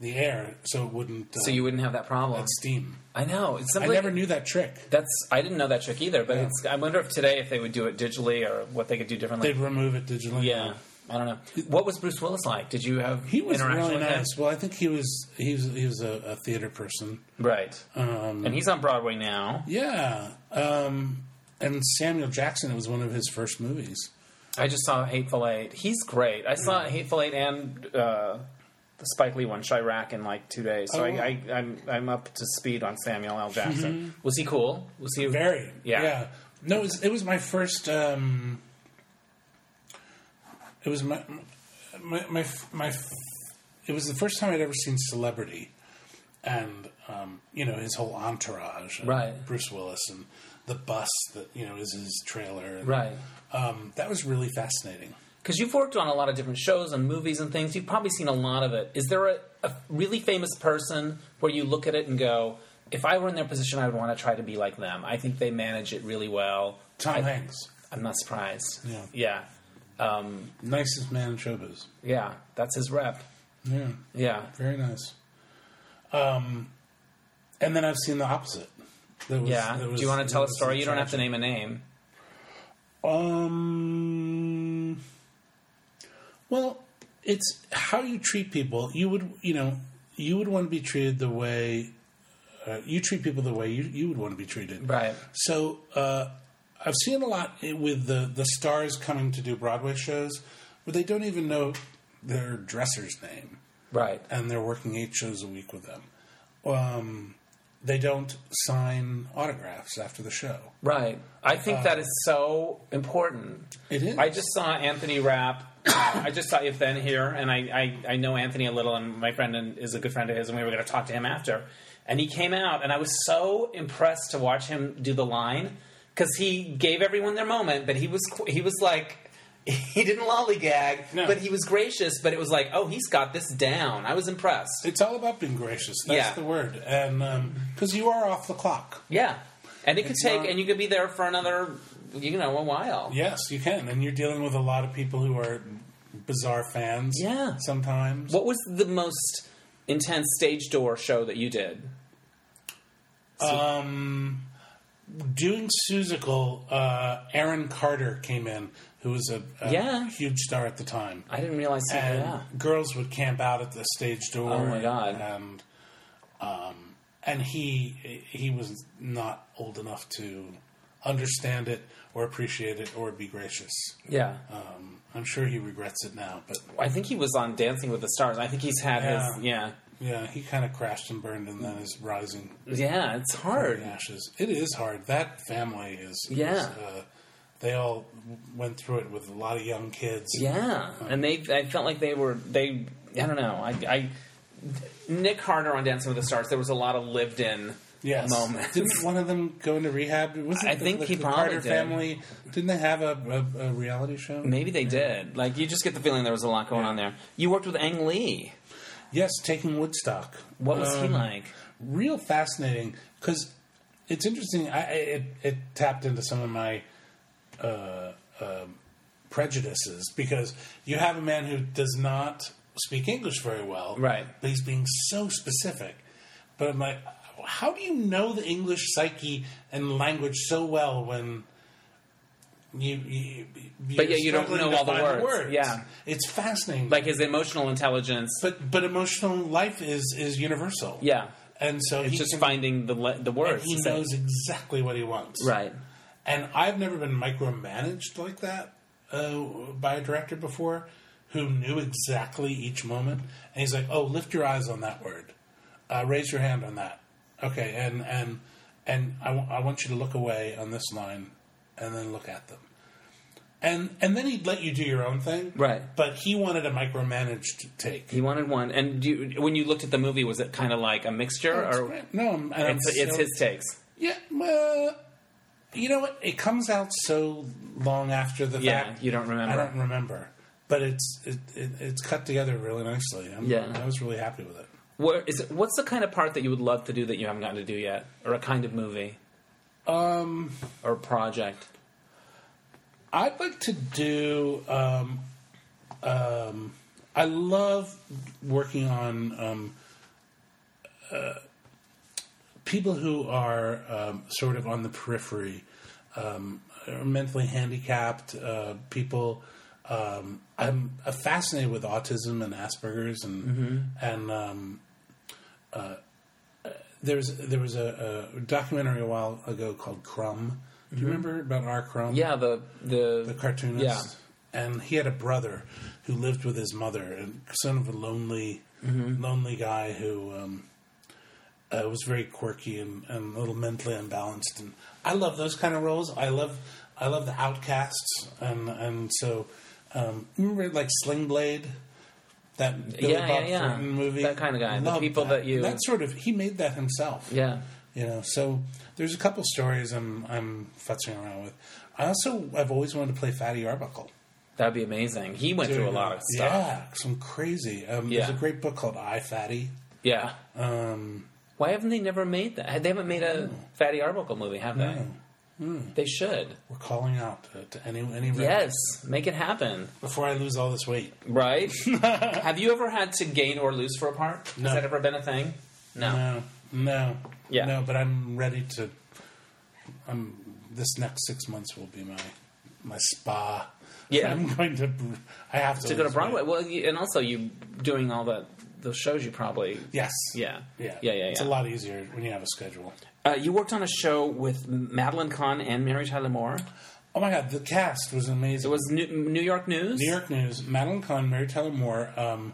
S2: the air, so it wouldn't uh,
S1: So you wouldn't have that problem.
S2: steam.
S1: I know. It's
S2: I
S1: something
S2: never knew that trick.
S1: that's I didn't know that trick either, but it's I wonder if today if they would do it digitally or what they could do differently.
S2: They'd remove it digitally.
S1: yeah. I don't know. What was Bruce Willis like? Did you have
S2: he was
S1: interaction
S2: really
S1: with him?
S2: nice. Well, I think he was he was he was a, a theater person.
S1: Right.
S2: Um,
S1: and he's on Broadway now.
S2: Yeah, um, and Samuel Jackson. It was one of his first movies.
S1: I just saw Hateful Eight. He's great. I saw Hateful Eight and uh, the Spike Lee one, Chirac, in like two days. So
S2: Oh,
S1: I,
S2: wow.
S1: I, I'm I'm up to speed on Samuel L. Jackson. Was he cool? Was he
S2: Mm-hmm. Very.
S1: Yeah.
S2: No, it was, it was my first. Um, it was my my my my. It was the first time I'd ever seen Celebrity, and um, you know his whole entourage, and
S1: Right.
S2: Bruce Willis and the bus that you know is his trailer, and,
S1: right?
S2: Um, that was really fascinating.
S1: Because you've worked on a lot of different shows and movies and things. You've probably seen a lot of it. Is there a, a really famous person where you look at it and go, "If I were in their position, I would want to try to be like them." I think they manage it really well.
S2: Tom
S1: I-
S2: Hanks,
S1: I'm not surprised.
S2: Yeah.
S1: Yeah. Um,
S2: nicest man in showbiz.
S1: Yeah, that's his rep.
S2: Yeah,
S1: Yeah.
S2: very nice. Um, and then I've seen the opposite. That was,
S1: Yeah.
S2: that was-
S1: Do you want
S2: that
S1: to tell a
S2: was
S1: story? You don't have to
S2: tragic.
S1: name a name.
S2: Um. Well, it's how you treat people. You would, you know, you would want to be treated the way uh, you treat people the way you you would want to be treated.
S1: Right.
S2: So uh, I've seen a lot with the the stars coming to do Broadway shows where they don't even know their dresser's name
S1: Right.
S2: and they're working eight shows a week with them. Um, they don't sign autographs after the show.
S1: Right. I think that is so important.
S2: Uh, It is.
S1: I just saw Anthony Rapp. I just saw If Then here, and I, I, I know Anthony a little, and my friend and- is a good friend of his, and we were going to talk to him after. And he came out, and I was so impressed to watch him do the line because he gave everyone their moment, but he was qu- he was like. He didn't lollygag,
S2: No.
S1: but he was gracious. But it was like, oh, he's got this down. I was impressed.
S2: It's all about being gracious. That's
S1: Yeah.
S2: the word. And because you are off the clock.
S1: Yeah, and it could
S2: It's
S1: take,
S2: not-
S1: and you could be there for another, you know, a while.
S2: Yes, you can. And you're dealing with a lot of people who are bizarre fans.
S1: Yeah.
S2: Sometimes.
S1: What was the most intense stage door show that you did?
S2: Um, doing Suzical, uh, Aaron Carter came in, who was a, a
S1: Yeah.
S2: huge star at the time.
S1: I didn't realize.
S2: and
S1: yeah.
S2: girls would camp out at the stage door.
S1: Oh, my God.
S2: And um, and he he was not old enough to understand it or appreciate it or be gracious.
S1: Yeah.
S2: Um, I'm sure he regrets it now, but
S1: I think he was on Dancing with the Stars. I think he's had his yeah.
S2: yeah, he kind of crashed and burned, and then is rising
S1: Yeah, it's
S2: in
S1: hard.
S2: ashes. It is hard. That family is.
S1: Yeah.
S2: is, uh, they all went through it with a lot of young kids.
S1: Yeah, and they I felt like they were they I don't know I, I Nick Harder on Dancing with the Stars. There was a lot of lived in
S2: Yes.
S1: moments.
S2: Didn't one of them go into rehab? Was
S1: I think
S2: the,
S1: he
S2: the
S1: probably
S2: Carter
S1: did.
S2: family? Didn't they have a, a, a reality show?
S1: Maybe they did. Like you just get the feeling there was a lot going on there. You worked with Ang Lee.
S2: Yes, taking Woodstock.
S1: What was he
S2: Um,
S1: like?
S2: real fascinating because it's interesting. I, I- it, it tapped into some of my uh, um prejudices because you have a man who does not speak English very well,
S1: Right.
S2: But he's being so specific. But I'm like, how do you know the English psyche and language so well when? You, you,
S1: But
S2: you're
S1: yet you don't know
S2: struggling to
S1: all the
S2: find
S1: words. Yeah.
S2: it's fascinating.
S1: Like his emotional intelligence.
S2: but but emotional life is is universal.
S1: yeah,
S2: and so
S1: it's
S2: he
S1: just
S2: can-
S1: finding the le- the words.
S2: he
S1: to say.
S2: knows exactly what he wants.
S1: Right.
S2: And I've never been micromanaged like that uh, by a director before who knew exactly each moment. And he's like, oh, lift your eyes on that word. Uh, raise your hand on that. Okay. And, and, and I wa- I want you to look away on this line and then look at them. And, and then he'd let you do your own thing.
S1: Right.
S2: But he wanted a micromanaged take.
S1: He wanted one. And do you, when you looked at the movie, was it kind of like a mixture, or
S2: no, I'm- and I'm
S1: it's, it's
S2: so-
S1: his takes?
S2: Yeah, well, you know what? It comes out so long after the
S1: Yeah,
S2: fact.
S1: you don't remember.
S2: I don't remember, but it's it, it, it's cut together really nicely. I'm,
S1: Yeah.
S2: I was really happy with it.
S1: Where is it, what's the kind of part that you would love to do that you haven't gotten to do yet, or a kind of movie
S2: Um,
S1: or project?
S2: I'd like to do. Um, um, I love working on um, uh, people who are um, sort of on the periphery, um, are mentally handicapped uh, people. Um, I'm uh, fascinated with autism and Asperger's, and and um, uh, there was there was a, a documentary a while ago called Crumb. Do you remember about R. Crumb?
S1: Yeah, the the,
S2: the cartoonist.
S1: Yeah.
S2: And he had a brother who lived with his mother, and son of a lonely,
S1: Mm-hmm.
S2: lonely guy who um, uh, was very quirky and, and a little mentally unbalanced. And I love those kind of roles. I love, I love the outcasts, and and so um, remember like Sling Blade, that Billy
S1: Yeah,
S2: Bob
S1: yeah, yeah.
S2: Thornton movie,
S1: That kind of guy, the
S2: Love
S1: people that you-
S2: that sort of he made that himself
S1: Yeah.
S2: you know so there's a couple stories i'm i'm futzing around with i also i've always wanted to play fatty arbuckle
S1: That'd be amazing. He went through a lot of stuff.
S2: yeah some crazy um,
S1: Yeah.
S2: there's a great book called i fatty
S1: Yeah.
S2: um,
S1: Why haven't they never made that? They haven't made a Fatty Arbuckle movie, have they? They should.
S2: we're calling out to, to any any
S1: Yes, make it happen.
S2: before i lose all this weight
S1: Right? have you ever had to gain or lose for a part?
S2: No.
S1: Has that ever been a thing? No.
S2: no no
S1: Yeah.
S2: no but i'm ready to i'm this next six months will be my my spa
S1: Yeah.
S2: i'm going to i have to,
S1: To go to
S2: lose
S1: Broadway.
S2: weight.
S1: Well, you, and also you doing all that those shows you probably
S2: yes
S1: yeah.
S2: yeah
S1: Yeah, yeah,
S2: it's
S1: yeah.
S2: a lot easier when you have a schedule
S1: Uh, you worked on a show with Madeline Kahn and Mary Tyler Moore.
S2: Oh my god, the cast was amazing.
S1: It was New, New York News.
S2: New York News, Madeline Kahn, Mary Tyler Moore, um,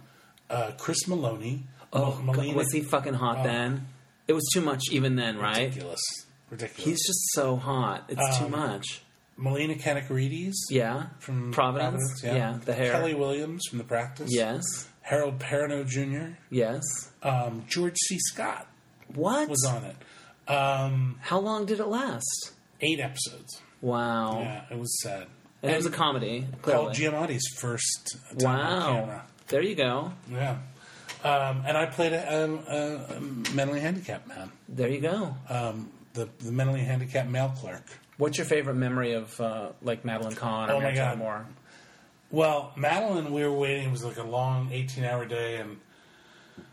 S2: uh, Chris Maloney.
S1: Oh,
S2: Ma- Malina-
S1: God, was he fucking hot then? It was too much even then, right?
S2: Oh. ridiculous? Ridiculous.
S1: He's just so hot. It's too much.
S2: Melina Kanakarides
S1: Yeah.
S2: from
S1: Providence. yeah. The hair.
S2: Kelly Williams from The Practice.
S1: Yes.
S2: Harold Perrineau Jr.
S1: Yes.
S2: Um, George C. Scott
S1: What?
S2: was on it. Um,
S1: How long did it last?
S2: eight episodes.
S1: Wow.
S2: Yeah, it was sad.
S1: And it was a comedy.
S2: Paul
S1: Clearly.
S2: Giamatti's first time on
S1: wow.
S2: camera.
S1: There you go.
S2: Yeah. Um, and I played a, a, a mentally handicapped man.
S1: There you go.
S2: um, the, the mentally handicapped mail clerk.
S1: What's your favorite memory of uh, like Madeline Kahn or
S2: Oh my
S1: Mary Tyler
S2: God.
S1: Moore?
S2: Well, Madeline, we were waiting. It was like a long 18 hour day. And um,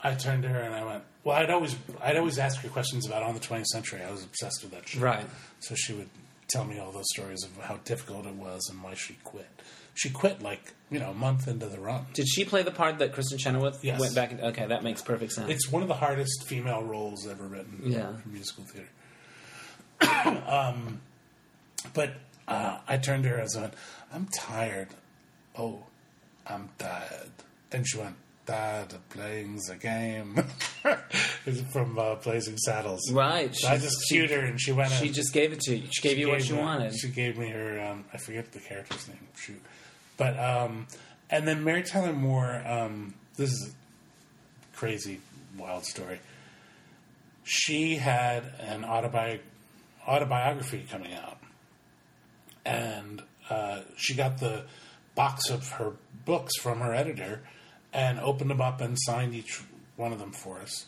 S2: I turned to her and I went, well, I'd always, I'd always ask her questions about On the 20th Century. I was obsessed with that show.
S1: Right.
S2: So she would tell me all those stories of how difficult it was and why she quit. She quit like you know a month into the run.
S1: Did she play the part that Kristen Chenoweth
S2: Yes.
S1: went back? And, okay, that makes perfect sense.
S2: It's one of the hardest female roles ever written
S1: Yeah.
S2: for musical theater. um, but uh, I turned to her and I went, I'm tired. Oh, I'm tired. And she went, Tired of playing the game. It's from uh, Blazing Saddles.
S1: right.
S2: So I just cued her and she went
S1: She
S2: in.
S1: just gave it to you. She gave you what
S2: gave
S1: you
S2: me-
S1: wanted.
S2: She gave me her. Um, I forget the character's name. Shoot, but um, and then Mary Tyler Moore. Um, this is a crazy, wild story. She had an autobi- autobiography coming out, and uh, she got the box of her books from her editor and opened them up and signed each one of them for us.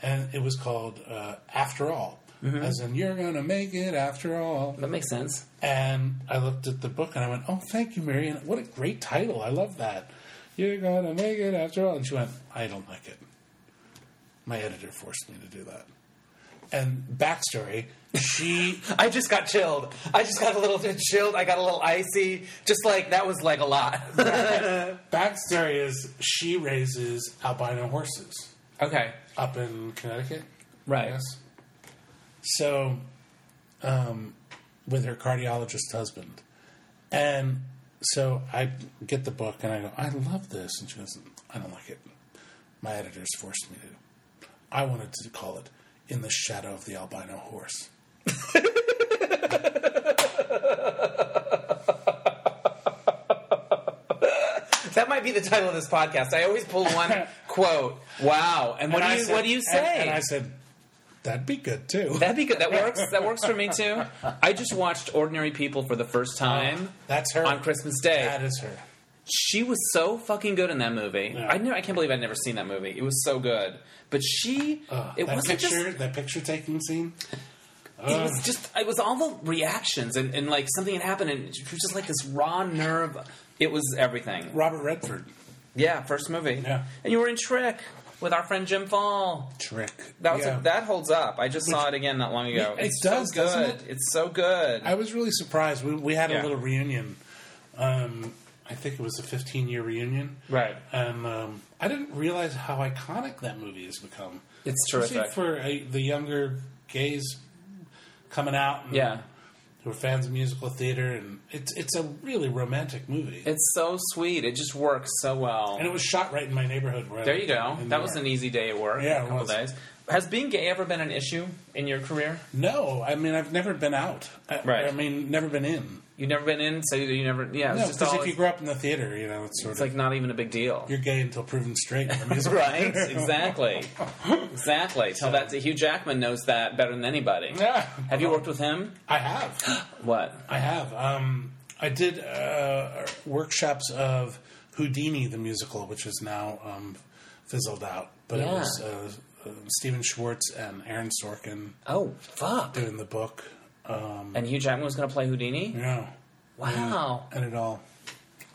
S2: And it was called uh, After All,
S1: Mm-hmm.
S2: as in, You're Gonna Make It After All.
S1: that makes sense.
S2: And I looked at the book and I went, Oh, thank you, Marianne. What a great title. I love that. You're going to make it after all. And she went, I don't like it. My editor forced me to do that. And backstory, she.
S1: I just got chilled. I just got a little bit chilled. I got a little icy. Just like that was like a lot.
S2: backstory is she raises albino horses
S1: okay.
S2: up in Connecticut.
S1: Right.
S2: Yes. So, um, with her cardiologist husband. And so I get the book and I go, I love this. And she goes, I don't like it. My editors forced me to. I wanted to call it In the Shadow of the Albino Horse.
S1: That might be the title of this podcast. I always pull one quote. Wow. And what
S2: And
S1: do
S2: I
S1: you
S2: said-
S1: what do you say?
S2: And, and I said, That'd be good too.
S1: That'd be good. That works. That works for me too. I just watched Ordinary People for the first time
S2: That's her.
S1: on Christmas Day.
S2: That is her.
S1: she was so fucking good in that movie.
S2: Yeah.
S1: I never, I can't believe I'd never seen that movie. It was so good. But she,
S2: Uh,
S1: it
S2: that
S1: wasn't
S2: picture,
S1: just.
S2: that picture taking scene.
S1: It was just. It was all the reactions and, and like something had happened and she was just like this raw nerve. It was everything.
S2: Robert Redford.
S1: Yeah, first movie.
S2: Yeah.
S1: And you were in Trick with our friend Jim Fall.
S2: Trick.
S1: That was
S2: Yeah.
S1: a, that holds up. I just saw it again not long ago.
S2: It
S1: it's
S2: does,
S1: so
S2: doesn't
S1: good.
S2: it?
S1: It's so good.
S2: I was really surprised. We, we had a
S1: Yeah.
S2: little reunion. Um, I think it was a 15 year reunion.
S1: Right.
S2: And um, I didn't realize how iconic that movie has become.
S1: It's
S2: Especially
S1: terrific.
S2: for uh, the younger gays coming out and
S1: yeah.
S2: who are fans of musical theater. And it's, it's a really romantic movie.
S1: It's so sweet. It just works so well.
S2: and it was shot right in my neighborhood. Where I
S1: There you
S2: lived in-
S1: go.
S2: in New
S1: That was an
S2: York.
S1: easy day at work.
S2: Yeah,
S1: a
S2: it
S1: couple
S2: was.
S1: days. Has being gay ever been an issue in your career?
S2: No, I mean, I've never been out. I,
S1: Right.
S2: I mean, never been in.
S1: You've never been in, so you never. Yeah, it's
S2: No,
S1: just
S2: because if
S1: always,
S2: you grew up in the theater, you know, it's sort
S1: it's
S2: of
S1: like not even a big deal.
S2: you're gay until proven straight. in a musical.
S1: Right? exactly.
S2: Oh,
S1: Exactly. Tell that to Hugh Jackman knows that better than anybody.
S2: Yeah.
S1: Have you worked with him?
S2: I have.
S1: What?
S2: I have. Um, I did uh, workshops of Houdini the musical, which is now um, fizzled out, but it
S1: Yeah.
S2: was uh, uh, Stephen Schwartz and Aaron Sorkin
S1: Oh fuck!
S2: doing the book. Um,
S1: And Hugh Jackman was going to play Houdini.
S2: yeah,
S1: Wow.
S2: and it all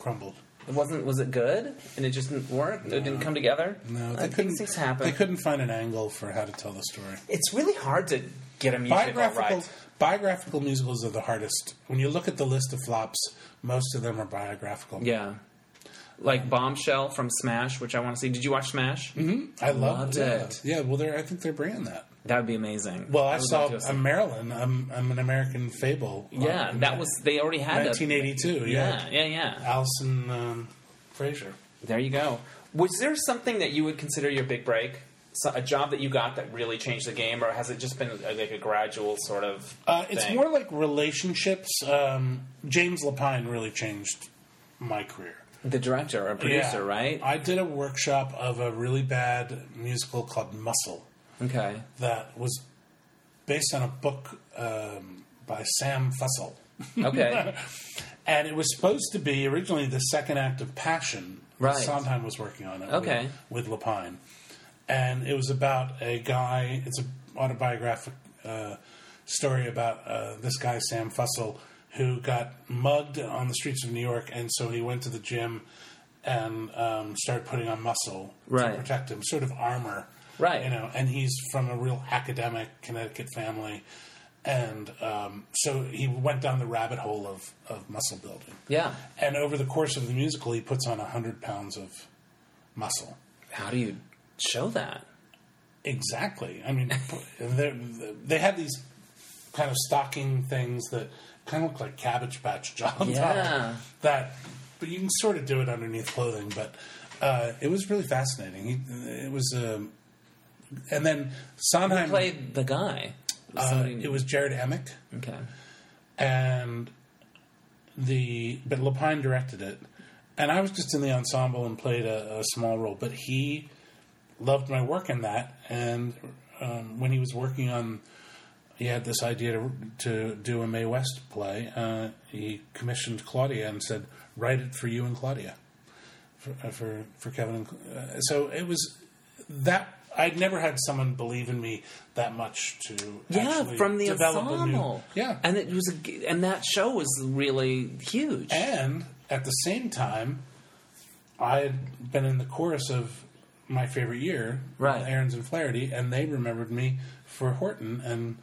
S2: crumbled.
S1: It wasn't. Was it good? And it just didn't work. It didn't come together. I
S2: No, they
S1: think
S2: couldn't.
S1: things happen.
S2: They couldn't find an angle for how to tell the story.
S1: It's really hard to get a musical
S2: biographical
S1: right.
S2: biographical musicals are the hardest. When you look at the list of flops, most of them are biographical.
S1: Yeah. Like Bombshell from Smash, which I want to see. Did you watch Smash?
S2: I love
S1: Loved
S2: that.
S1: it.
S2: Yeah, well, they're, I think they're brand that.
S1: That would be amazing.
S2: Well, I,
S1: would
S2: saw
S1: love to have
S2: a
S1: seen-
S2: Maryland. I'm, I'm an American Fable. uh,
S1: yeah, that was they already had that.
S2: 1982.
S1: Yeah,
S2: Yeah,
S1: yeah, yeah.
S2: Allison um, Fraser.
S1: There you go. Was there something that you would consider your big break? So, a job that you got that really changed the game, or has it just been uh, like a gradual sort of?
S2: Uh, it's
S1: thing?
S2: more like relationships. Um, James Lapine really changed my career.
S1: the director or producer, right?
S2: I did a workshop of a really bad musical called Muscle.
S1: okay.
S2: that was based on a book um, by Sam Fussell.
S1: Okay.
S2: And it was supposed to be originally the second act of Passion.
S1: Right.
S2: Sondheim was working on it
S1: Okay.
S2: with, with Lapine. And it was about a guy, it's an autobiographic uh, story about uh, this guy, Sam Fussell, who got mugged on the streets of New York. And so he went to the gym and um, started putting on muscle
S1: Right.
S2: to protect him, sort of armor.
S1: Right.
S2: You know, and he's from a real academic Connecticut family, and um, so he went down the rabbit hole of, of muscle building.
S1: Yeah.
S2: And over the course of the musical, he puts on 100 pounds of muscle.
S1: How do you show that?
S2: Exactly. I mean, they're- they had these kind of stocking things that kind of look like cabbage patch jobs.
S1: Yeah.
S2: That, but you can sort of do it underneath clothing. But uh, it was really fascinating. He, it was, um, and then Sondheim.
S1: Played the guy.
S2: uh,
S1: Somebody-
S2: it was Jared Emick,
S1: okay.
S2: and the but Lapine directed it, and I was just in the ensemble and played a, a small role. But he loved my work in that, and um, when he was working on, he had this idea to to do a May West play. Uh, he commissioned Claudia and said, "Write it for you and Claudia." For, uh, for for Kevin, and, Cl- uh, so it was that I'd never had someone believe in me that much to
S1: Yeah,
S2: actually
S1: from the
S2: develop a new-
S1: ensemble.
S2: yeah,
S1: and it was a g and that show was really huge.
S2: and at the same time, I had been in the chorus of my favorite year,
S1: Right.
S2: Aaron's and Flaherty, and they remembered me for Horton and,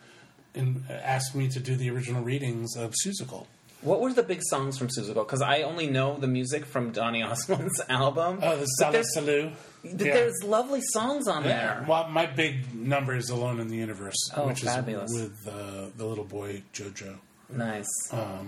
S2: and asked me to do the original readings of Susical.
S1: What were the big songs from Suzuko? Because I only know the music from Donny Osmond's album.
S2: Oh, the
S1: But
S2: Sala
S1: there's,
S2: Salou.
S1: but there's lovely songs on there.
S2: Well, my big number is Alone in the Universe,
S1: Oh,
S2: which
S1: fabulous.
S2: is with uh, the little boy JoJo. Um,
S1: Nice.
S2: Oh.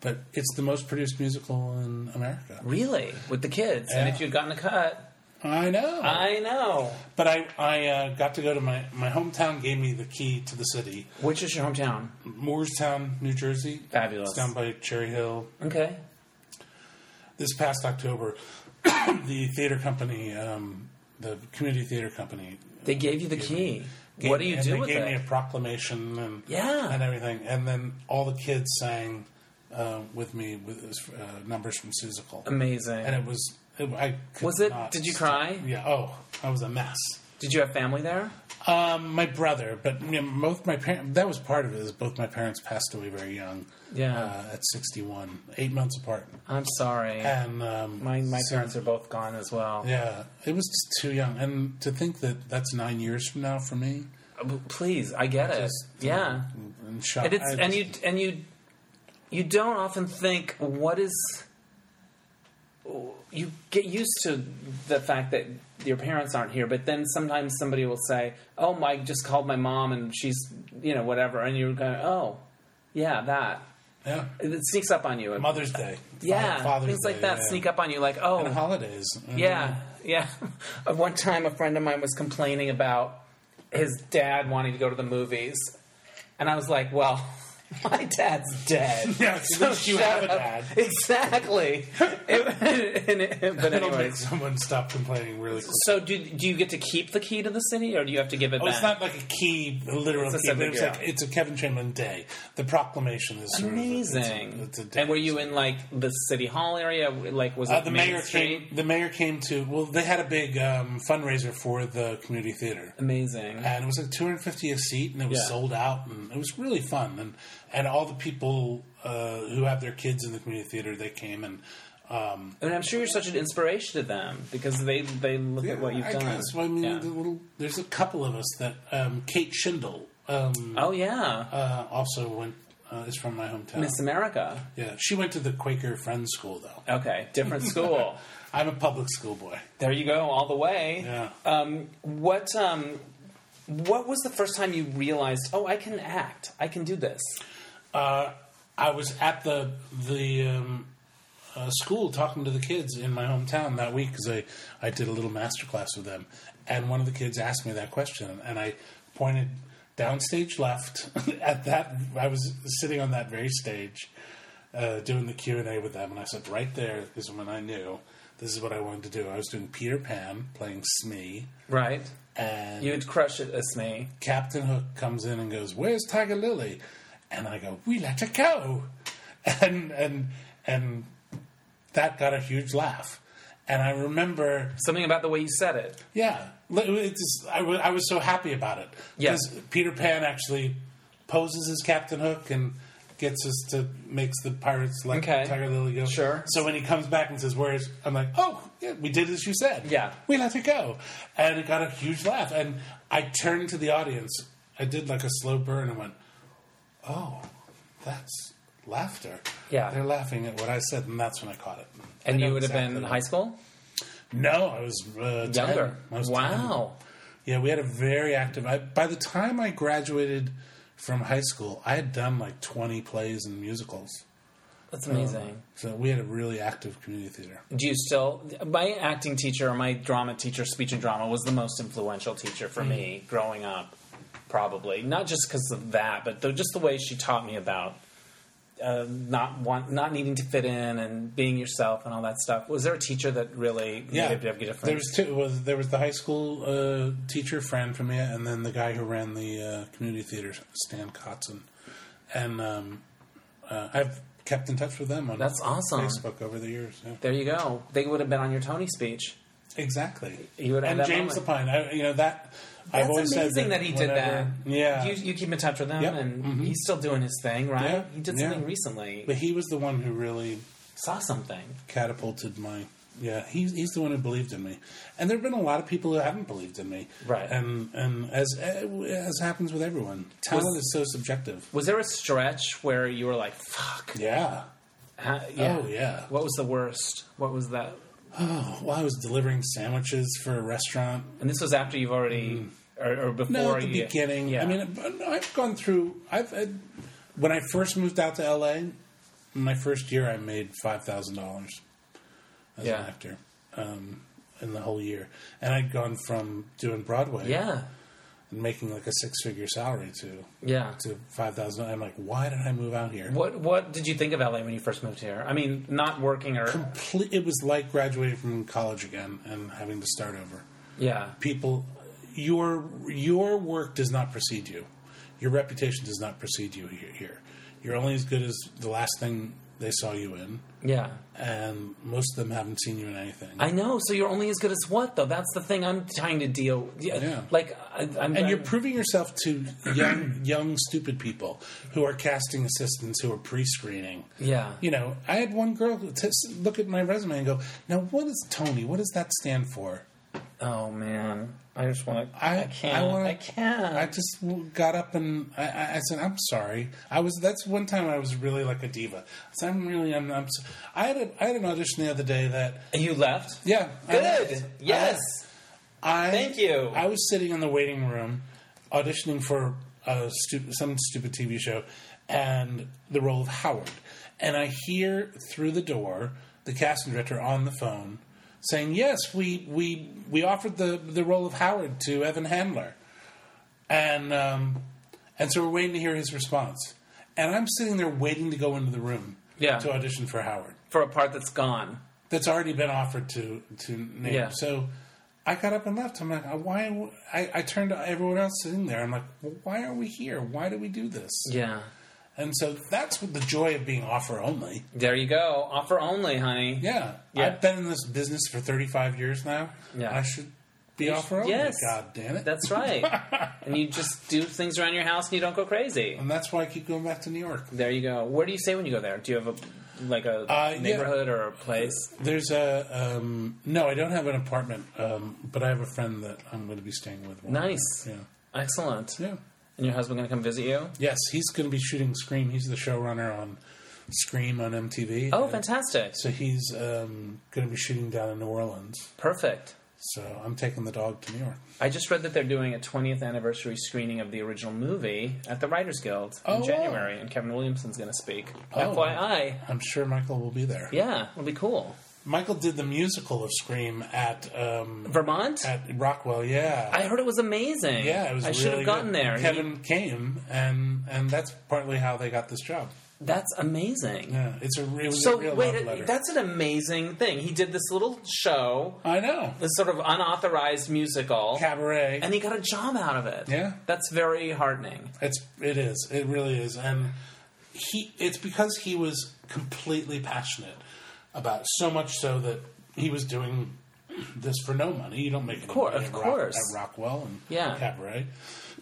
S2: But it's the most produced musical in America.
S1: really? With the kids. And
S2: Yeah.
S1: if you'd gotten a cut.
S2: I know.
S1: I know.
S2: but I, I uh, got to go to my, my hometown, gave me the key to the city.
S1: Which is your hometown?
S2: Moorestown, New Jersey.
S1: Fabulous.
S2: It's down by Cherry Hill.
S1: Okay.
S2: This past October, the theater company, um, the community theater company,
S1: They gave you the key.
S2: gave-
S1: what do you
S2: and
S1: do
S2: they
S1: with
S2: gave me a
S1: it?
S2: proclamation and
S1: Yeah.
S2: and everything, and then all the kids sang uh, with me with uh, numbers from Susical,
S1: Amazing.
S2: and it was it, I could
S1: Was it-
S2: not
S1: did you
S2: stop.
S1: cry?
S2: Yeah. Oh, I was a mess.
S1: Did you have family there?
S2: Um, my brother, but you know, both my parents. That was part of it. Is both my parents passed away very young.
S1: Yeah.
S2: Uh, at 61, eight months apart.
S1: I'm sorry.
S2: And um,
S1: my my
S2: so-
S1: parents are both gone as well.
S2: Yeah, it was just too young, and to think that that's nine years from now for me,
S1: Uh, but Please, I get it.
S2: just-
S1: Uh, yeah.
S2: and shock.
S1: And it's
S2: I
S1: and
S2: just-
S1: you and you you don't often think what is you get used to the fact that your parents aren't here, but then sometimes somebody will say, "Oh, my, I just called my mom and she's you know whatever," and you're going, "Oh, yeah, that."
S2: yeah,
S1: It sneaks up on you.
S2: Mother's Day, Fa-
S1: yeah,
S2: Father's
S1: things like
S2: Day,
S1: that
S2: yeah.
S1: sneak up on you. Like, oh,
S2: and holidays.
S1: yeah, yeah. At One time, a friend of mine was complaining about his dad wanting to go to the movies, and I was like, "Well, my dad's dead."
S2: yeah. At least you
S1: Shut
S2: have a
S1: up.
S2: dad.
S1: Exactly. It- and it- but
S2: It'll make
S1: anyways,
S2: someone stop complaining really quick.
S1: so do do you get to keep the key to the city, or do you have to give it
S2: Oh,
S1: back?
S2: it's not like a key, a literal
S1: It's a
S2: key. but
S1: separate-
S2: it's, like,
S1: yeah.
S2: it's a Kevin Chamberlain day. The proclamation is sort of a- it's a-
S1: Amazing.
S2: it's a day.
S1: and were you in like the city hall area? Like, was it
S2: Uh, the
S1: Main
S2: mayor
S1: Street?
S2: came. The mayor came to. Well, they had a big um, fundraiser for the community theater,
S1: Amazing.
S2: and it was like 250 a seat, and it was
S1: Yeah.
S2: sold out, and it was really fun. And and all the people uh, who have their kids in the community theater, they came and um,
S1: And I'm sure you're such an inspiration to them because they they look at what you've
S2: I
S1: done.
S2: guess. Well, I mean,
S1: Yeah.
S2: the little, there's a couple of us that um, Kate Schindel um,
S1: Oh yeah,
S2: uh, also went. Uh, is from my hometown.
S1: Miss America.
S2: Yeah, she went to the Quaker Friends School though.
S1: Okay, different school.
S2: I'm a public school boy.
S1: there you go, all the way.
S2: Yeah.
S1: Um, what um, What was the first time you realized? Oh, I can act. I can do this.
S2: uh, I was at the the um, uh, school talking to the kids in my hometown that week because I, I did a little master class with them, and one of the kids asked me that question, and I pointed downstage left at that. I was sitting on that very stage uh, doing the Q and A with them, and I said, "Right there is when I knew this is what I wanted to do." I was doing Peter Pan, playing Smee,
S1: Right.
S2: and
S1: You would crush it, Ismay.
S2: Captain Hook comes in and goes, "Where's Tiger Lily?" And I go, "We let her go," and and and that got a huge laugh. And I remember,
S1: Something about the way you said it.
S2: yeah, li- it's, I, w- I was so happy about it
S1: Yeah.
S2: Peter Pan actually poses as Captain Hook and gets us to makes the pirates let
S1: Okay.
S2: Tiger Lily go.
S1: Sure.
S2: So when he comes back and says, "Where's?" I'm like, "Oh, yeah, we did as you said.
S1: Yeah.
S2: we let it go," and it got a huge laugh. And I turned to the audience. I did like a slow burn and went, oh, that's laughter.
S1: Yeah.
S2: They're laughing at what I said, and that's when I caught it. I
S1: And
S2: know
S1: you would have
S2: exactly
S1: been in
S2: that.
S1: high school,
S2: No, I was uh, 10.
S1: younger.
S2: I was 10.
S1: Wow.
S2: Yeah, we had a very active. I, by the time I graduated from high school, I had done like 20 plays and musicals.
S1: That's amazing.
S2: So we had a really active community theater.
S1: Do you still? My acting teacher, or my drama teacher, speech and drama was the most influential teacher for
S2: Mm-hmm.
S1: me growing up. Probably not just because of that, but the, just the way she taught me about uh, not want, not needing to fit in and being yourself and all that stuff. Was there a teacher that really made
S2: Yeah,
S1: a big difference?
S2: there was two. Was there was the high school uh, teacher Fran Pamia, and then the guy who ran the uh, community theater, Stan Kotzen. And um, uh, I've kept in touch with them on
S1: That's awesome.
S2: Facebook over the years. Yeah.
S1: there you go. They would have been on your Tony speech.
S2: Exactly.
S1: You would have
S2: and
S1: that
S2: James
S1: moment.
S2: Lapine. I, you know that. I've
S1: That's
S2: always
S1: amazing
S2: said
S1: that,
S2: that,
S1: he did that.
S2: whenever- Yeah.
S1: you, you keep in touch with him,
S2: Yep. Mm-hmm.
S1: and he's still doing his thing, right?
S2: Yeah.
S1: He did
S2: Yeah.
S1: something recently.
S2: but he was the one who really
S1: Saw something.
S2: catapulted my yeah he's, he's the one who believed in me and there have been a lot of people who haven't believed in me
S1: Right.
S2: and and as as happens with everyone talent
S1: Was-
S2: is so subjective
S1: Was there a stretch where you were like, "Fuck"?
S2: yeah
S1: Huh?
S2: Oh, yeah.
S1: What was the worst? What was that?
S2: oh well i was delivering sandwiches for a restaurant
S1: And this was after you've already,
S2: Mm.
S1: or, or before
S2: no at the
S1: you,
S2: beginning
S1: Yeah.
S2: i mean but i've gone through i've had, when i first moved out to la my first year i made $5000 as
S1: Yeah.
S2: an actor um, in the whole year and i'd gone from doing broadway
S1: yeah,
S2: and making like a six figure salary to
S1: yeah.
S2: to five thousand. I'm like, why did I move out here?
S1: What What did you think of LA when you first moved here? I mean, not working or
S2: Ple- It was like graduating from college again and having to start over.
S1: yeah,
S2: People, your your work does not precede you. Your reputation does not precede you he- here. You're only as good as the last thing they saw you in,
S1: yeah.
S2: and most of them haven't seen you in anything.
S1: I know. So you're only as good as what though? That's the thing I'm trying to deal. Yeah,
S2: Yeah.
S1: Like I, I'm.
S2: and
S1: I'm-
S2: you're proving yourself to young, young, stupid people who are casting assistants who are pre-screening.
S1: yeah.
S2: you know, I had one girl t- s- look at my resume and go, "Now, what is Tony? What does that stand for?"
S1: Oh man, I just want to. I,
S2: I
S1: can't. I,
S2: I wanna-
S1: can't.
S2: I just w- got up and I, I, I said, "I'm sorry." I was that's one time I was really like a diva. I said, "I'm really I'm." I'm s- I had a, I had an audition the other day that
S1: And you left.
S2: yeah I
S1: Good.
S2: left.
S1: Yes.
S2: I
S1: Thank you.
S2: I was sitting in the waiting room auditioning for a stu- some stupid TV show and the role of Howard. And I hear through the door the casting director on the phone saying, "Yes, we we we offered the the role of Howard to Evan Handler." And um, and so we're waiting to hear his response. And I'm sitting there waiting to go into the room
S1: Yeah.
S2: to audition for Howard
S1: For a part that's gone.
S2: that's already been offered to to name.
S1: Yeah.
S2: So I got up and left. I'm like, "Uh, why? w- I, I turned to everyone else sitting there. I'm like, well, why are we here? Why do we do this?
S1: Yeah.
S2: And so that's what the joy of being offer only.
S1: There you go. Offer only, honey.
S2: Yeah.
S1: Yeah.
S2: I've been in this business for 35 years now.
S1: Yeah.
S2: I should be offer only.
S1: yes.
S2: God damn it.
S1: That's right. and you just do things around your house and you don't go crazy.
S2: and that's why I keep going back to New York.
S1: There you go. Where do you stay when you go there? Do you have a like a
S2: Uh, yeah.
S1: neighborhood or a place?
S2: There's a um, no, I don't have an apartment, um, but I have a friend that I'm going to be staying with. one
S1: Nice.
S2: night.
S1: Excellent.
S2: Yeah. Yeah.
S1: And your husband gonna come visit you?
S2: Yes, he's going to be shooting Scream. He's the showrunner on Scream on MTV.
S1: Oh,
S2: And
S1: fantastic!
S2: So he's um, going to be shooting down in New Orleans.
S1: Perfect.
S2: So I'm taking the dog to New York.
S1: I just read that they're doing a 20th anniversary screening of the original movie at the Writers Guild in
S2: Oh, wow.
S1: January, and Kevin Williamson's going to speak.
S2: Oh.
S1: FYI,
S2: I'm sure Michael will be there.
S1: yeah, it'll be cool.
S2: Michael did the musical of Scream at um,
S1: Vermont.
S2: at Rockwell. Yeah,
S1: I heard it was amazing.
S2: yeah, it was.
S1: I should
S2: really
S1: have gotten
S2: good.
S1: there.
S2: Kevin came, and and that's partly how they got this job.
S1: That's amazing.
S2: Yeah, it's a real,
S1: So
S2: real
S1: wait, uh,
S2: love letter.
S1: that's an amazing thing. He did this little show,
S2: I know
S1: this sort of unauthorized musical,
S2: cabaret.
S1: and he got a job out of it.
S2: Yeah.
S1: that's very heartening.
S2: It's it is it really is, and he it's because he was completely passionate about it, so much so that he was doing this for no money. You don't make any
S1: course-
S2: money
S1: of
S2: at,
S1: course.
S2: Rock, at Rockwell and
S1: Yeah.
S2: Cabaret,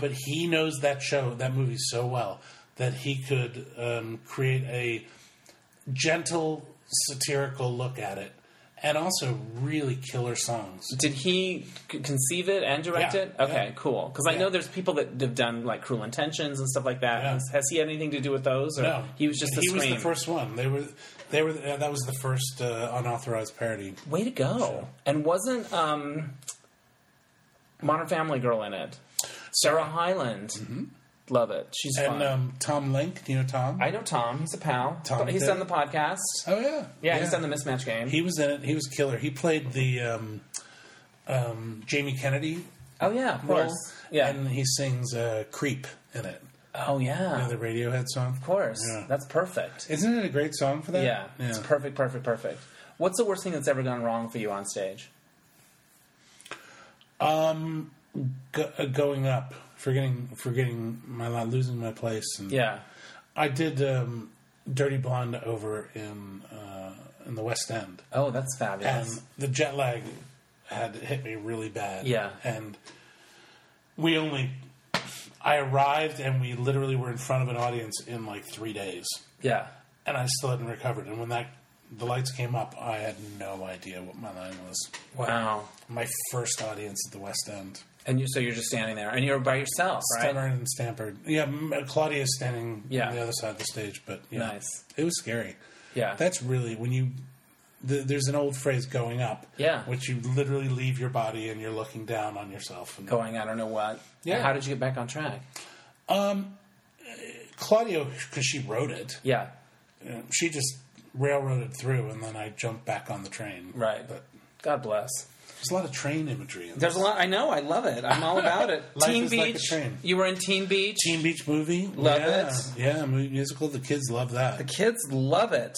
S2: but he knows that show that movie so well that he could um, create a gentle satirical look at it and also really killer songs.
S1: Did he c- conceive it and direct
S2: Yeah,
S1: it? Okay,
S2: yeah.
S1: cool. Because I
S2: Yeah.
S1: know there's people that have done like Cruel Intentions and stuff like that.
S2: Yeah.
S1: Has, has he had anything to do with those? Or
S2: No,
S1: he was just the
S2: he
S1: scream.
S2: was the first one. They were they were uh, that was the first uh, unauthorized parody.
S1: Way to go! And wasn't um, Modern Family Girl in it? Sarah Hyland. Love it. She's fun.
S2: Mm-hmm. And um, Tom Link, do you know Tom?
S1: I know Tom. He's a pal.
S2: Tom
S1: he's
S2: did-
S1: on the podcast.
S2: oh yeah,
S1: Yeah, he's on the mismatch game.
S2: He was in it. He was killer. He played the um, um, Jamie Kennedy
S1: oh yeah, of
S2: role,
S1: course. Yeah.
S2: and he sings uh, "Creep" in it,
S1: oh yeah.
S2: the Radiohead song.
S1: of course.
S2: Yeah.
S1: That's perfect.
S2: Isn't it a great song for that?
S1: Yeah. It's perfect, perfect, perfect. What's the worst thing that's ever gone wrong for you on stage?
S2: Go- uh, going up, forgetting, forgetting my li- losing my place, and
S1: Yeah.
S2: I did um, "Dirty Blonde" over in uh, in the West End,
S1: Oh, that's fabulous.
S2: and the jet lag had hit me really bad.
S1: Yeah.
S2: and we only. I arrived and we literally were in front of an audience in like three days,
S1: yeah.
S2: and I still hadn't recovered. And when that the lights came up, I had no idea what my line was.
S1: Wow.
S2: My first audience at the West End,
S1: And you so you're just standing there and you're by yourself, right?
S2: Stammered and Stampered. Yeah, M- Claudia's standing
S1: Yeah.
S2: on the other side of the stage, but yeah,
S1: Nice.
S2: It was scary.
S1: Yeah.
S2: That's really when you. Th- there's an old phrase, "going up."
S1: Yeah.
S2: which you literally leave your body and you're looking down on yourself. And
S1: Going, I don't know what.
S2: Yeah.
S1: How did you get back on track?
S2: Claudio, because she wrote it,
S1: Yeah.
S2: you know, she just railroaded through, and then I jumped back on the train.
S1: Right.
S2: But
S1: God bless.
S2: there's a lot of train imagery. In
S1: There's a
S2: this.
S1: lot. I know. I love it. I'm all about it.
S2: Life
S1: Teen
S2: is like a
S1: Beach.
S2: train.
S1: you were in Teen Beach.
S2: Teen Beach movie.
S1: Love
S2: yeah.
S1: it.
S2: Yeah, movie musical. The kids love that.
S1: Kids love it.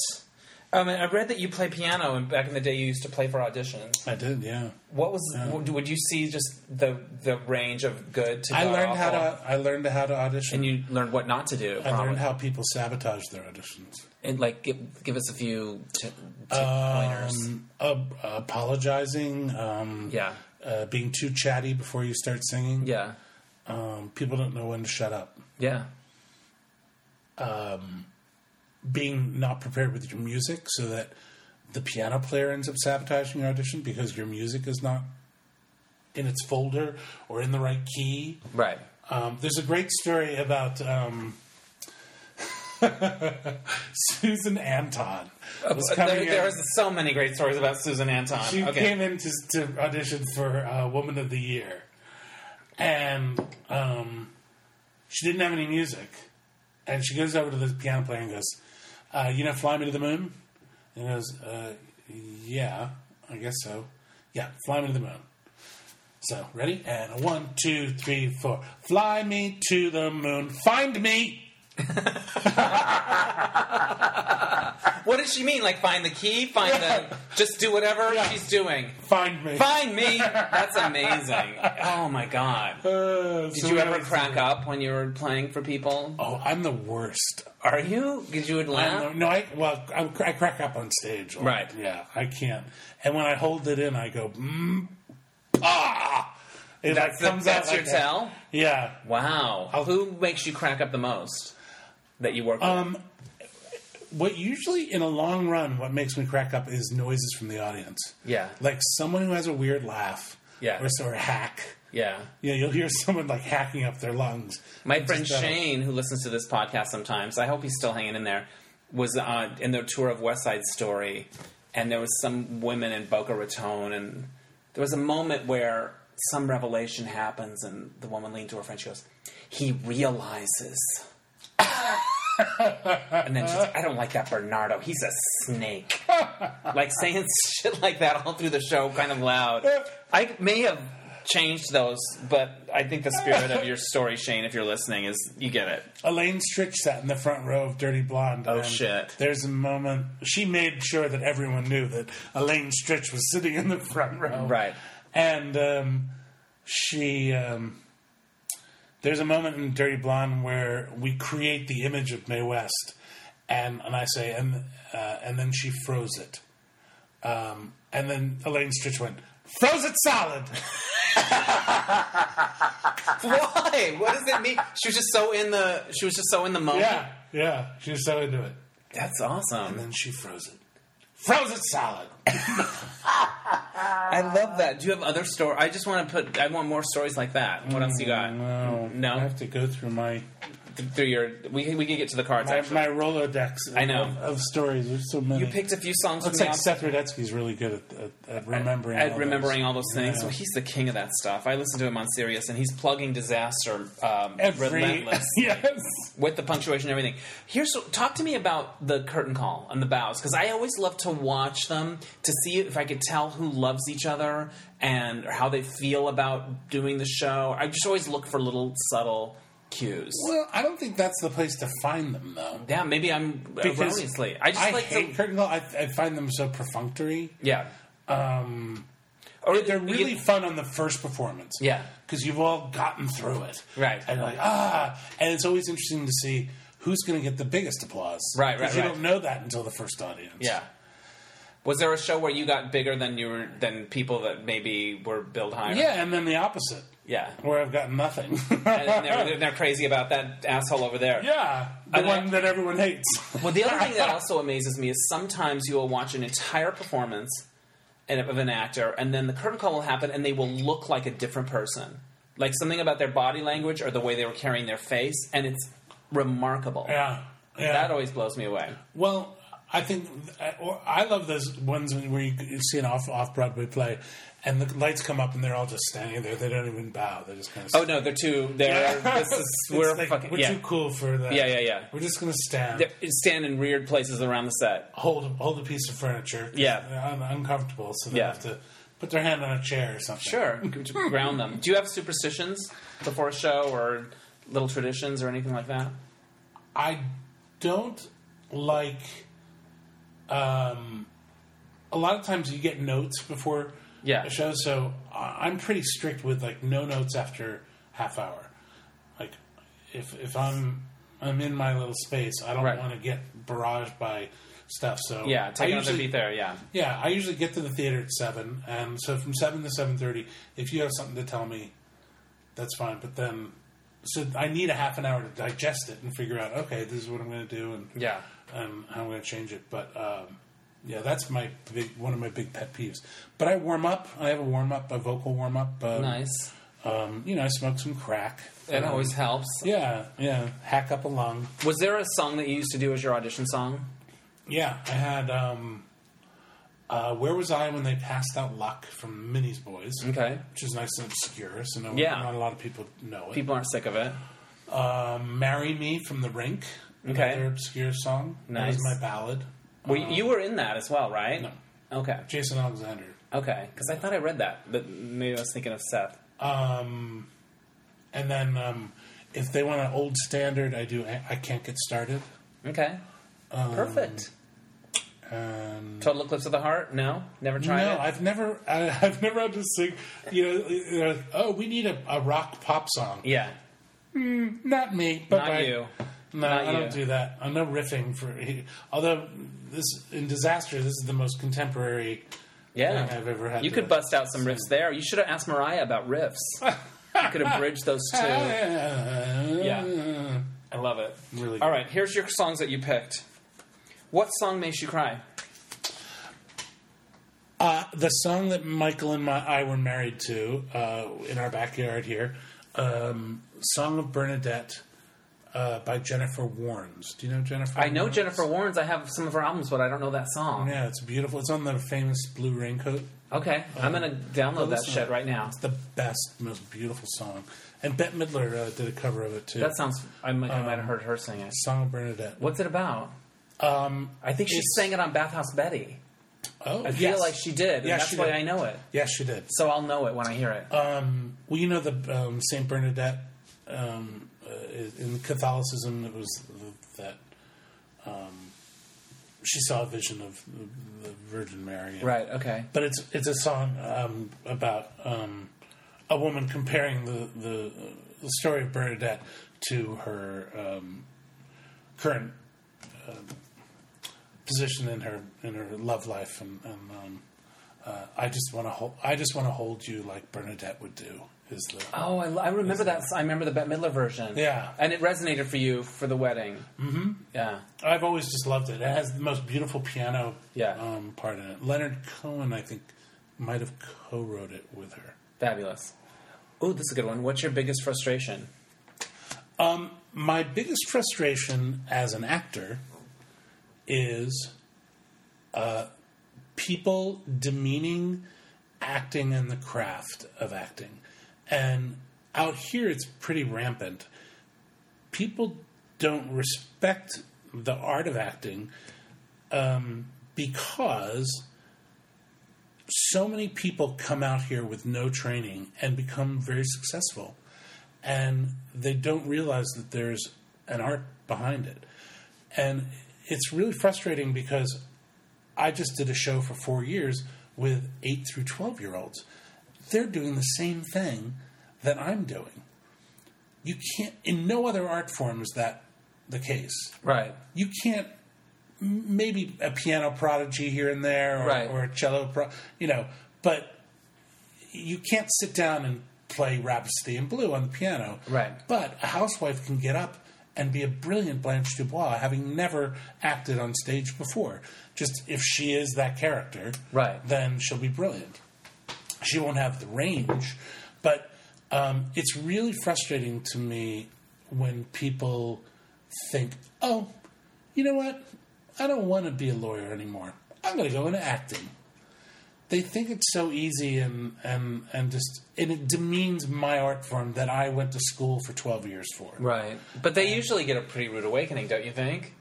S1: Um, and I read that you play piano, and back in the day, you used to play for auditions.
S2: I did. Yeah.
S1: What was?
S2: Um,
S1: Would, would you see just the the range of good to?
S2: I
S1: god
S2: learned how
S1: awful?
S2: to. I learned how to audition.
S1: And you learned what not to do.
S2: I
S1: probably.
S2: learned how people sabotage their auditions.
S1: And like, give, give us a few t- tip pointers.
S2: Um, ab- apologizing. Um,
S1: Yeah.
S2: Uh, being too chatty before you start singing.
S1: Yeah.
S2: Um, people don't know when to shut up.
S1: Yeah.
S2: Being not prepared with your music so that the piano player ends up sabotaging your audition because your music is not in its folder or in the right key.
S1: Right.
S2: Um, there's a great story about um, Susan Anton. Was coming
S1: Oh, There,
S2: in.
S1: there was so many great stories about Susan Anton.
S2: She
S1: okay.
S2: came in to, to audition for uh, Woman of the Year, and um, she didn't have any music. And she goes over to the piano player and goes, uh, "You know, fly me to the moon." And he goes, uh, "Yeah, I guess so. Yeah, fly me to the moon." So ready and a one, two, three, four. Fly me to the moon. Find me.
S1: What does she mean? Like, find the key, find the, just do whatever she's doing.
S2: Find me.
S1: Find me. That's amazing. Oh my god.
S2: Uh,
S1: Did you ever crack up when you were playing for people?
S2: Oh, I'm the worst.
S1: Are you? Did you
S2: I
S1: laugh?
S2: no, I well, I, I crack up on stage.
S1: Right.
S2: Yeah, I can't. And when I hold it in, I go, mm, ah. It like,
S1: That's, the- that's your
S2: that.
S1: tell.
S2: Yeah.
S1: Wow. Who makes you crack up the most that you work with?
S2: What usually in a long run, what makes me crack up is noises from the audience.
S1: Yeah.
S2: Like someone who has a weird laugh.
S1: Yeah.
S2: Or sort of hack.
S1: yeah.
S2: Yeah, you'll hear someone like hacking up their lungs.
S1: My friend
S2: Just, uh,
S1: Shane, who listens to this podcast sometimes, I hope he's still hanging in there, was uh, in the tour of West Side Story, and there was some women in Boca Raton, and there was a moment where some revelation happens, and the woman leaned to her friend, she goes, "He realizes." and then she's like, I don't like that Bernardo. He's a snake. like saying shit like that all through the show, kind of loud. I may have changed those, but I think the spirit of your story, Shane, if you're listening, is you get it.
S2: Elaine Stritch sat in the front row of Dirty Blonde. Oh
S1: shit.
S2: There's a moment she made sure that everyone knew that Elaine Stritch was sitting in the front row.
S1: Right.
S2: And um, she um, there's a moment in Dirty Blonde where we create the image of Mae West, and and I say and uh, and then she froze it, um, and then Elaine Stritch went froze it solid.
S1: Why? What does it mean? She was just so in the. She was just so in the moment.
S2: yeah, yeah. She was so into it,
S1: That's awesome.
S2: and she froze it. frozen salad.
S1: I love that. Do you have other story? I just want to put. I want more stories like that. What else you got?
S2: No,
S1: No?
S2: I have to go through my
S1: Th- Through your, we we can get to the cards.
S2: my,
S1: actually,
S2: my Rolodex. Of,
S1: I know.
S2: of, of stories. There's so many.
S1: you picked a few songs
S2: Looks
S1: from
S2: like
S1: the
S2: Seth Rudetsky's really good at, at, at remembering.
S1: at
S2: all
S1: remembering
S2: those.
S1: all those things.
S2: Yeah.
S1: Well, he's the king of that stuff. I listen to him on Sirius, and he's plugging disaster um,
S2: Every
S1: relentless
S2: yes,
S1: with the punctuation and everything. Here's talk to me about the curtain call and the bows because I always love to watch them to see if I could tell who loves each other and how they feel about doing the show. I just always look for little subtle cues.
S2: well, I don't think that's the place to find them though.
S1: Yeah, maybe I'm
S2: Because
S1: erroneously. I just
S2: I
S1: like
S2: hate
S1: to,
S2: curtain call. I, I find them so perfunctory.
S1: yeah.
S2: Um,
S1: Or
S2: they're
S1: you-
S2: really fun on the first performance.
S1: Yeah.
S2: because you've all gotten through it.
S1: Right.
S2: and like ah, and it's always interesting to see who's going to get the biggest applause.
S1: Right, right,
S2: Because you
S1: right.
S2: don't know that until the first audience.
S1: Yeah. Was there a show where you got bigger than you were than people that maybe were billed higher?
S2: yeah, and then the opposite
S1: Yeah.
S2: where I've gotten nothing.
S1: And they're, they're crazy about that asshole over there.
S2: yeah, the
S1: But
S2: one
S1: I-
S2: that everyone hates.
S1: Well, the other thing that also amazes me is sometimes you will watch an entire performance and- of an actor, and then the curtain call will happen, and they will look like a different person, like something about their body language or the way they were carrying their face, and it's remarkable.
S2: yeah, yeah.
S1: That always blows me away.
S2: Well, I think uh, or I love those ones where you see an off off Broadway play, and the lights come up and they're all just standing there. They don't even bow. They just kind of.
S1: Oh no, they're too. They're this is
S2: It's
S1: we're
S2: like,
S1: fucking
S2: we're
S1: yeah.
S2: too cool for that.
S1: Yeah, yeah, yeah.
S2: We're just gonna stand,
S1: They're- stand in weird places around the set.
S2: hold hold a piece of furniture.
S1: Yeah.
S2: they're un- uncomfortable, so they
S1: Yeah.
S2: have to put their hand on a chair or something.
S1: Sure, to ground them. Do you have superstitions before a show or little traditions or anything like that?
S2: I don't like. Um, a lot of times you get notes before
S1: Yeah.
S2: a show, so I- I'm pretty strict with like no notes after half hour. Like if if I'm I'm in my little space, I don't
S1: Right.
S2: want to get barraged by stuff. So
S1: Yeah, take
S2: I
S1: another
S2: usually-
S1: beat there. Yeah,
S2: Yeah, I usually get to the theater at seven, and so from seven to seven thirty, if you have something to tell me, that's fine. But then, so I need a half an hour to digest it and figure out, okay, this is what I'm going to do, and
S1: yeah.
S2: and how I'm going to change it. But um, yeah, that's my big, one of my big pet peeves. But I warm up. I have a warm up, a vocal warm up. Um,
S1: Nice.
S2: Um, you know, I smoke some crack.
S1: It
S2: Um,
S1: always helps.
S2: Yeah, yeah. Hack up a lung.
S1: Was there a song that you used to do as your audition song?
S2: Yeah, I had. Um, uh, where was I when they passed out luck from Minis Boys?
S1: Okay.
S2: which is nice and obscure, so no,
S1: Yeah.
S2: not a lot of people know it.
S1: People aren't sick of it.
S2: Um, "Marry Me" from The Rink,
S1: Okay.
S2: another obscure song. That was
S1: Nice.
S2: my ballad.
S1: Were you, you were in that as well, right?
S2: No.
S1: Okay.
S2: Jason Alexander.
S1: Okay. Because I thought I read that, but maybe I was thinking of Seth.
S2: Um, and then um, if they want an old standard, I do. I, I can't get started.
S1: Okay. Perfect.
S2: And
S1: Total Eclipse of the Heart? No, never tried
S2: no,
S1: it.
S2: I've never. I, I've never had to sing. You know, you know, oh, we need a, a rock pop song.
S1: yeah.
S2: Not me, but
S1: Not
S2: I-
S1: you.
S2: No,
S1: Not
S2: I
S1: you.
S2: don't do that. I'm no riffing for. He, although this in disaster, this is the most contemporary.
S1: Yeah.
S2: thing I've ever had
S1: You
S2: to
S1: could
S2: do.
S1: bust out some riffs there. You should have asked Mariah about riffs. you could have bridged those two. I
S2: yeah.
S1: love it.
S2: Really good.
S1: All right, here's your songs that you picked. What song makes you cry?
S2: Uh, the song that Michael and my, I were married to uh, in our backyard here, um, "Song of Bernadette" uh, by Jennifer Warnes. Do you know Jennifer?
S1: I know
S2: Warnes?
S1: Jennifer Warrens. I have some of her albums, but I don't know that song.
S2: Yeah, it's beautiful. It's on the famous Blue Raincoat.
S1: Okay, I'm gonna download that
S2: Oh. listen.
S1: shit right now.
S2: It's the best, most beautiful song. And Bette Midler uh, did a cover of it too.
S1: That sounds. I might, I might
S2: Um,
S1: have heard her sing it.
S2: "Song of Bernadette."
S1: What's it about?
S2: Um,
S1: I think she
S2: It's-
S1: sang it on Bathhouse Betty.
S2: oh,
S1: I feel like she did, and
S2: Yeah,
S1: that's
S2: she
S1: why
S2: did.
S1: I know it.
S2: Yes, she did.
S1: So I'll know it when I hear it.
S2: Um, well, you know the um, Saint Bernadette um, uh, in Catholicism. It was that um, she saw a vision of the Virgin Mary,
S1: right. Okay.
S2: But it's it's a song um, about um, a woman comparing the the, uh, the story of Bernadette to her um, current um, position in her in her love life and, and um, Uh, I just want to hold. I just want to hold you like Bernadette would do. Is the
S1: Oh, I, I remember that. I remember the Bette Midler version.
S2: Yeah.
S1: and it resonated for you for the wedding. Mm-hmm. Yeah,
S2: I've always just loved it. It has the most beautiful piano
S1: Yeah.
S2: um, part in it. Leonard Cohen, I think, might have co-wrote it with her.
S1: fabulous. Ooh, this is a good one. What's your biggest frustration?
S2: My biggest frustration as an actor is uh, people demeaning acting and the craft of acting. And out here, it's pretty rampant. People don't respect the art of acting um, because so many people come out here with no training and become very successful and they don't realize that there's an art behind it. And it's really frustrating because I just did a show for four years with eight through 12 year olds. They're doing the same thing that I'm doing. You can't, in no other art form is that the case
S1: Right.
S2: you can't m- maybe a piano prodigy here and there or,
S1: Right.
S2: or a cello pro, you know but you can't sit down and play rhapsody in blue on the piano
S1: Right.
S2: but a housewife can get up and be a brilliant blanche dubois having never acted on stage before just if she is that character
S1: Right.
S2: then she'll be brilliant she won't have the range. But um, it's really frustrating to me when people think, oh, you know what? I don't want to be a lawyer anymore. I'm going to go into acting. They think it's so easy and, and, and just, and it demeans my art form that I went to school for 12 years for.
S1: Right. But they usually get a pretty rude awakening, don't you think?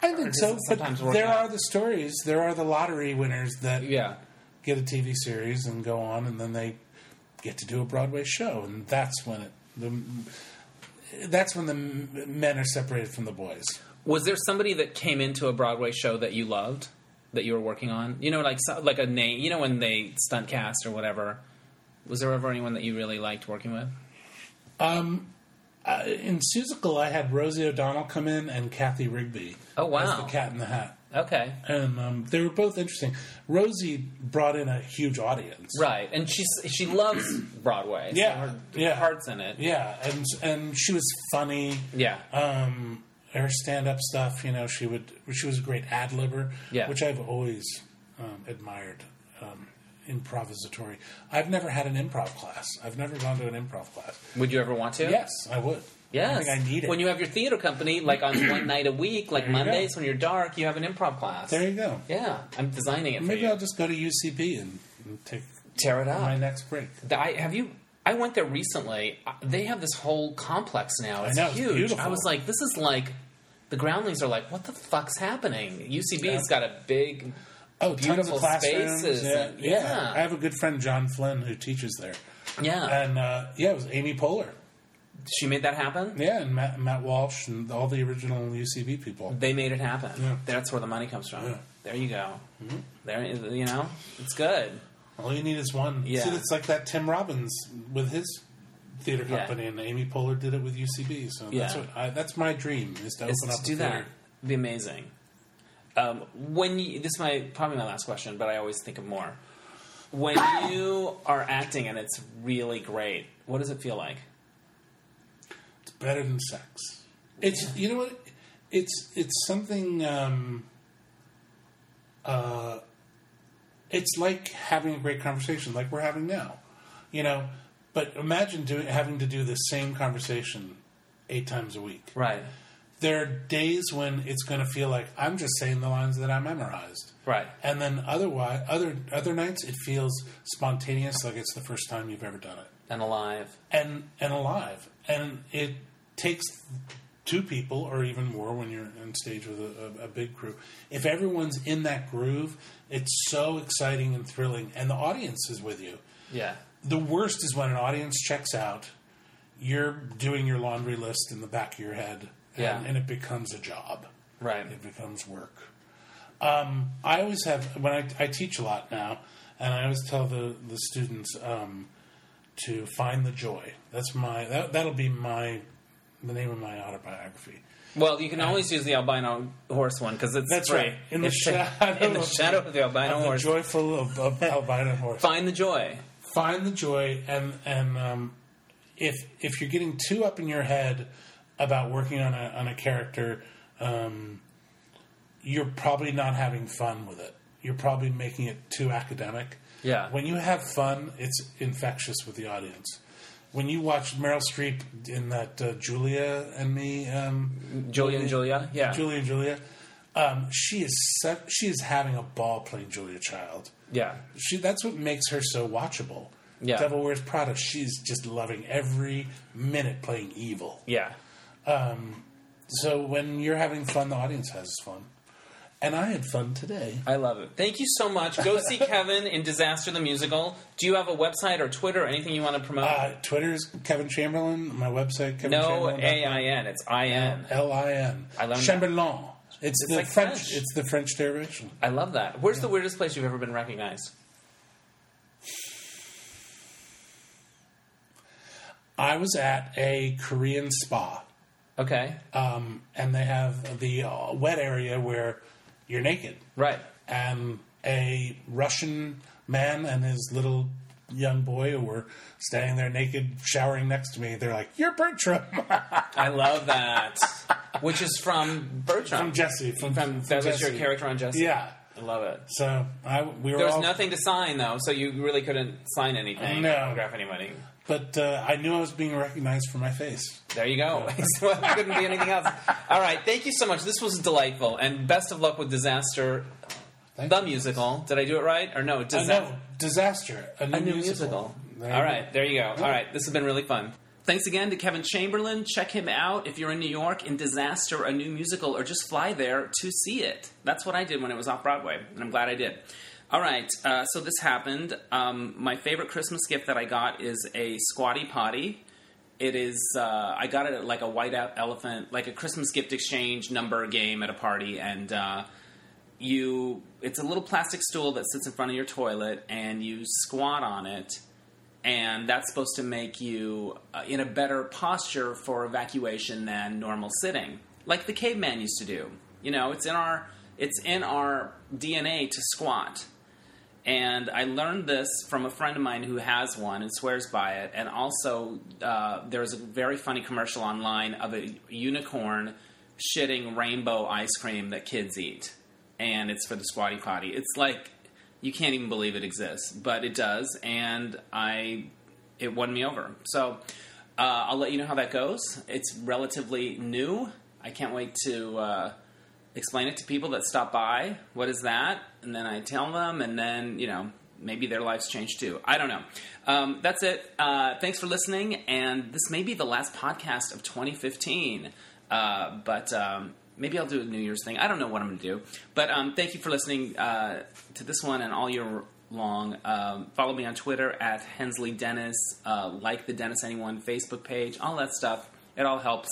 S2: I think
S1: does
S2: so,
S1: it
S2: but
S1: sometimes work
S2: there
S1: out?
S2: are the stories, there are the lottery winners that
S1: Yeah.
S2: get a TV series and go on, and then they get to do a Broadway show, and that's when it the that's when the m- men are separated from the boys.
S1: Was there somebody that came into a Broadway show that you loved that you were working on? You know, like so- like a name. You know, when they stunt cast or whatever. Was there ever anyone that you really liked working with?
S2: Uh, in Seussical, I had Rosie O'Donnell come in and Kathy Rigby.
S1: Oh, wow.
S2: As the Cat in the Hat,
S1: Okay.
S2: and um, they were both interesting. Rosie brought in a huge audience,
S1: Right. And she's she loves Broadway. so
S2: Yeah,
S1: her
S2: yeah.
S1: Heart's in it.
S2: Yeah, and and she was funny.
S1: Yeah.
S2: um, her stand-up stuff. You know, she would she was a great ad libber,
S1: Yeah.
S2: which I've always um, admired. Um, improvisatory. I've never had an improv class. I've never gone to an improv class.
S1: Would you ever want to?
S2: Yes, I would.
S1: Yes.
S2: I think I need it.
S1: When you have your theater company, like on one night a week, like
S2: you go.
S1: Mondays when you're dark, you have an improv class.
S2: there you go.
S1: yeah, I'm designing it for
S2: Maybe
S1: you.
S2: I'll just go to UCB and, and take
S1: tear it up.
S2: my next break.
S1: The- I have you. I went there recently. Uh, They have this whole complex now. It's
S2: know, it's
S1: huge.
S2: beautiful.
S1: I was like, this is like. The groundlings are like, what the fuck's happening? UCB's got a big.
S2: Oh, tons
S1: Beautiful
S2: of classrooms.
S1: spaces
S2: Yeah,
S1: and-
S2: yeah.
S1: yeah.
S2: I have a good friend, John Flynn, who teaches there.
S1: Yeah.
S2: And uh, yeah, it was Amy Poehler.
S1: she made that happen?
S2: Yeah, and Matt, Matt Walsh and all the original UCB people.
S1: They made it happen.
S2: Yeah.
S1: That's where the money comes from.
S2: Yeah. Mm-hmm.
S1: There you go. There, you know, it's good.
S2: All you need is one.
S1: Yeah.
S2: See, it's like that Tim Robbins with his theater
S1: Yeah.
S2: company, and Amy Poehler did it with UCB. So that's
S1: Yeah.
S2: what I, that's my dream is to
S1: is
S2: open up
S1: to do
S2: a
S1: that.
S2: theater.
S1: Be amazing. Um, when you, this is my probably my last question, but I always think of more. When you are acting and it's really great, what does it feel like?
S2: It's better than sex. It's you know what? It's it's something. Um, uh, it's like having a great conversation, like we're having now. You know, but imagine doing having to do the same conversation eight times a week.
S1: Right,
S2: there are days when it's going to feel like I'm just saying the lines that I memorized.
S1: right,
S2: And then otherwise, other other nights it feels spontaneous, like it's the first time you've ever done it,
S1: and alive.
S2: and and alive. And it takes two people, or even more, when you're on stage with a, a, a big crew. If everyone's in that groove, it's so exciting and thrilling, and the audience is with you
S1: Yeah,
S2: the worst is when an audience checks out. You're doing your laundry list in the back of your head, and,
S1: Yeah.
S2: and it becomes a job.
S1: right.
S2: It becomes work. Um, I always have when I, I teach a lot now, and I always tell the the students um, to find the joy. That's my that, that'll be my the name of my autobiography.
S1: Well, you can always use the albino horse one because it's
S2: That's
S1: free.
S2: right. In the
S1: It's-
S2: shadow
S1: in the
S2: of-
S1: shadow of the albino
S2: Of the
S1: horse.
S2: joyful of, of albino horse.
S1: Find the joy.
S2: Find the joy, and and um, if if you're getting too up in your head about working on a on a character, um, you're probably not having fun with it. You're probably making it too academic.
S1: Yeah.
S2: When you have fun, it's infectious with the audience. When you watch Meryl Streep in that uh, Julia and Me um,
S1: Julia and Julia. Yeah.
S2: Julia and Julia. Um, she is se- she is having a ball playing Julia Child.
S1: Yeah.
S2: She that's what makes her so watchable.
S1: Yeah.
S2: Devil Wears Prada. She's just loving every minute playing evil.
S1: Yeah.
S2: So when you're having fun, the audience has fun, and I had fun today.
S1: I love it. Thank you so much. Go see Kevin in Disaster the Musical. Do you have a website or Twitter or anything you want to promote?
S2: Uh, Twitter's Kevin Chamberlain. My website Kevin
S1: no,
S2: Chamberlain.
S1: A I N. It's I N.
S2: L I N
S1: I learned-
S2: Chamberlain. It's, the
S1: like
S2: French,
S1: French.
S2: It's the French derivation.
S1: I love that. Where's the weirdest place you've ever been recognized?
S2: I was at a Korean spa.
S1: Okay.
S2: um, and they have the uh, wet area where you're naked.
S1: right.
S2: And a Russian man and his little young boy who were standing there naked, showering next to me. They're like, "You're Bertram,
S1: I love that. Which is from Bertram.
S2: I'm Jesse from, from
S1: that was your
S2: Jesse."
S1: character on Jesse.
S2: Yeah.
S1: I love it.
S2: So I we were
S1: There was
S2: all,
S1: nothing to sign though, so you really couldn't sign anything.
S2: No.
S1: Autograph anybody.
S2: but uh, I knew I was being recognized for my face.
S1: There you go. So it couldn't be anything else. All right. Thank you so much. This was delightful, and best of luck with Disaster,
S2: Thank
S1: the
S2: you.
S1: musical. Did I do it right or no?
S2: Uh,
S1: Disaster.
S2: no, disaster. A new,
S1: A new
S2: musical.
S1: musical.
S2: There
S1: All
S2: you
S1: right, there you go. All right, this has been really fun. Thanks again to Kevin Chamberlain. Check him out if you're in New York in Disaster, a new musical, or just fly there to see it. That's what I did when it was off Broadway, and I'm glad I did. All right, uh, so this happened. Um, my favorite Christmas gift that I got is a squatty potty. It is, uh, I got it at like a white e-, elephant, like a Christmas gift exchange number game at a party, and uh, you, it's a little plastic stool that sits in front of your toilet, and you squat on it and that's supposed to make you uh, in a better posture for evacuation than normal sitting, like the caveman used to do. You know, it's in our it's in our DNA to squat. And I learned this from a friend of mine who has one and swears by it. And also, uh, there's a very funny commercial online of a unicorn shitting rainbow ice cream that kids eat. And it's for the squatty potty. It's like, you can't even believe it exists, but it does. And I, it won me over. So uh, I'll let you know how that goes. It's relatively new. I can't wait to. Uh, explain it to people that stop by. What is that? And then I tell them, and then, you know, maybe their lives change too. I don't know. Um, that's it. Uh, thanks for listening. And this may be the last podcast of 2015, uh, but um, maybe I'll do a New Year's thing. I don't know what I'm going to do. But um, thank you for listening uh, to this one and all year long. Um, follow me on Twitter at Hensley Dennis, uh, like the Dennis Anyone Facebook page, all that stuff. It all helps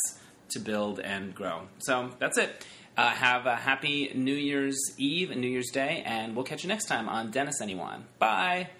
S1: to build and grow. So that's it. Uh, have a happy New Year's Eve and New Year's Day, and we'll catch you next time on Dennis Anyone. Bye.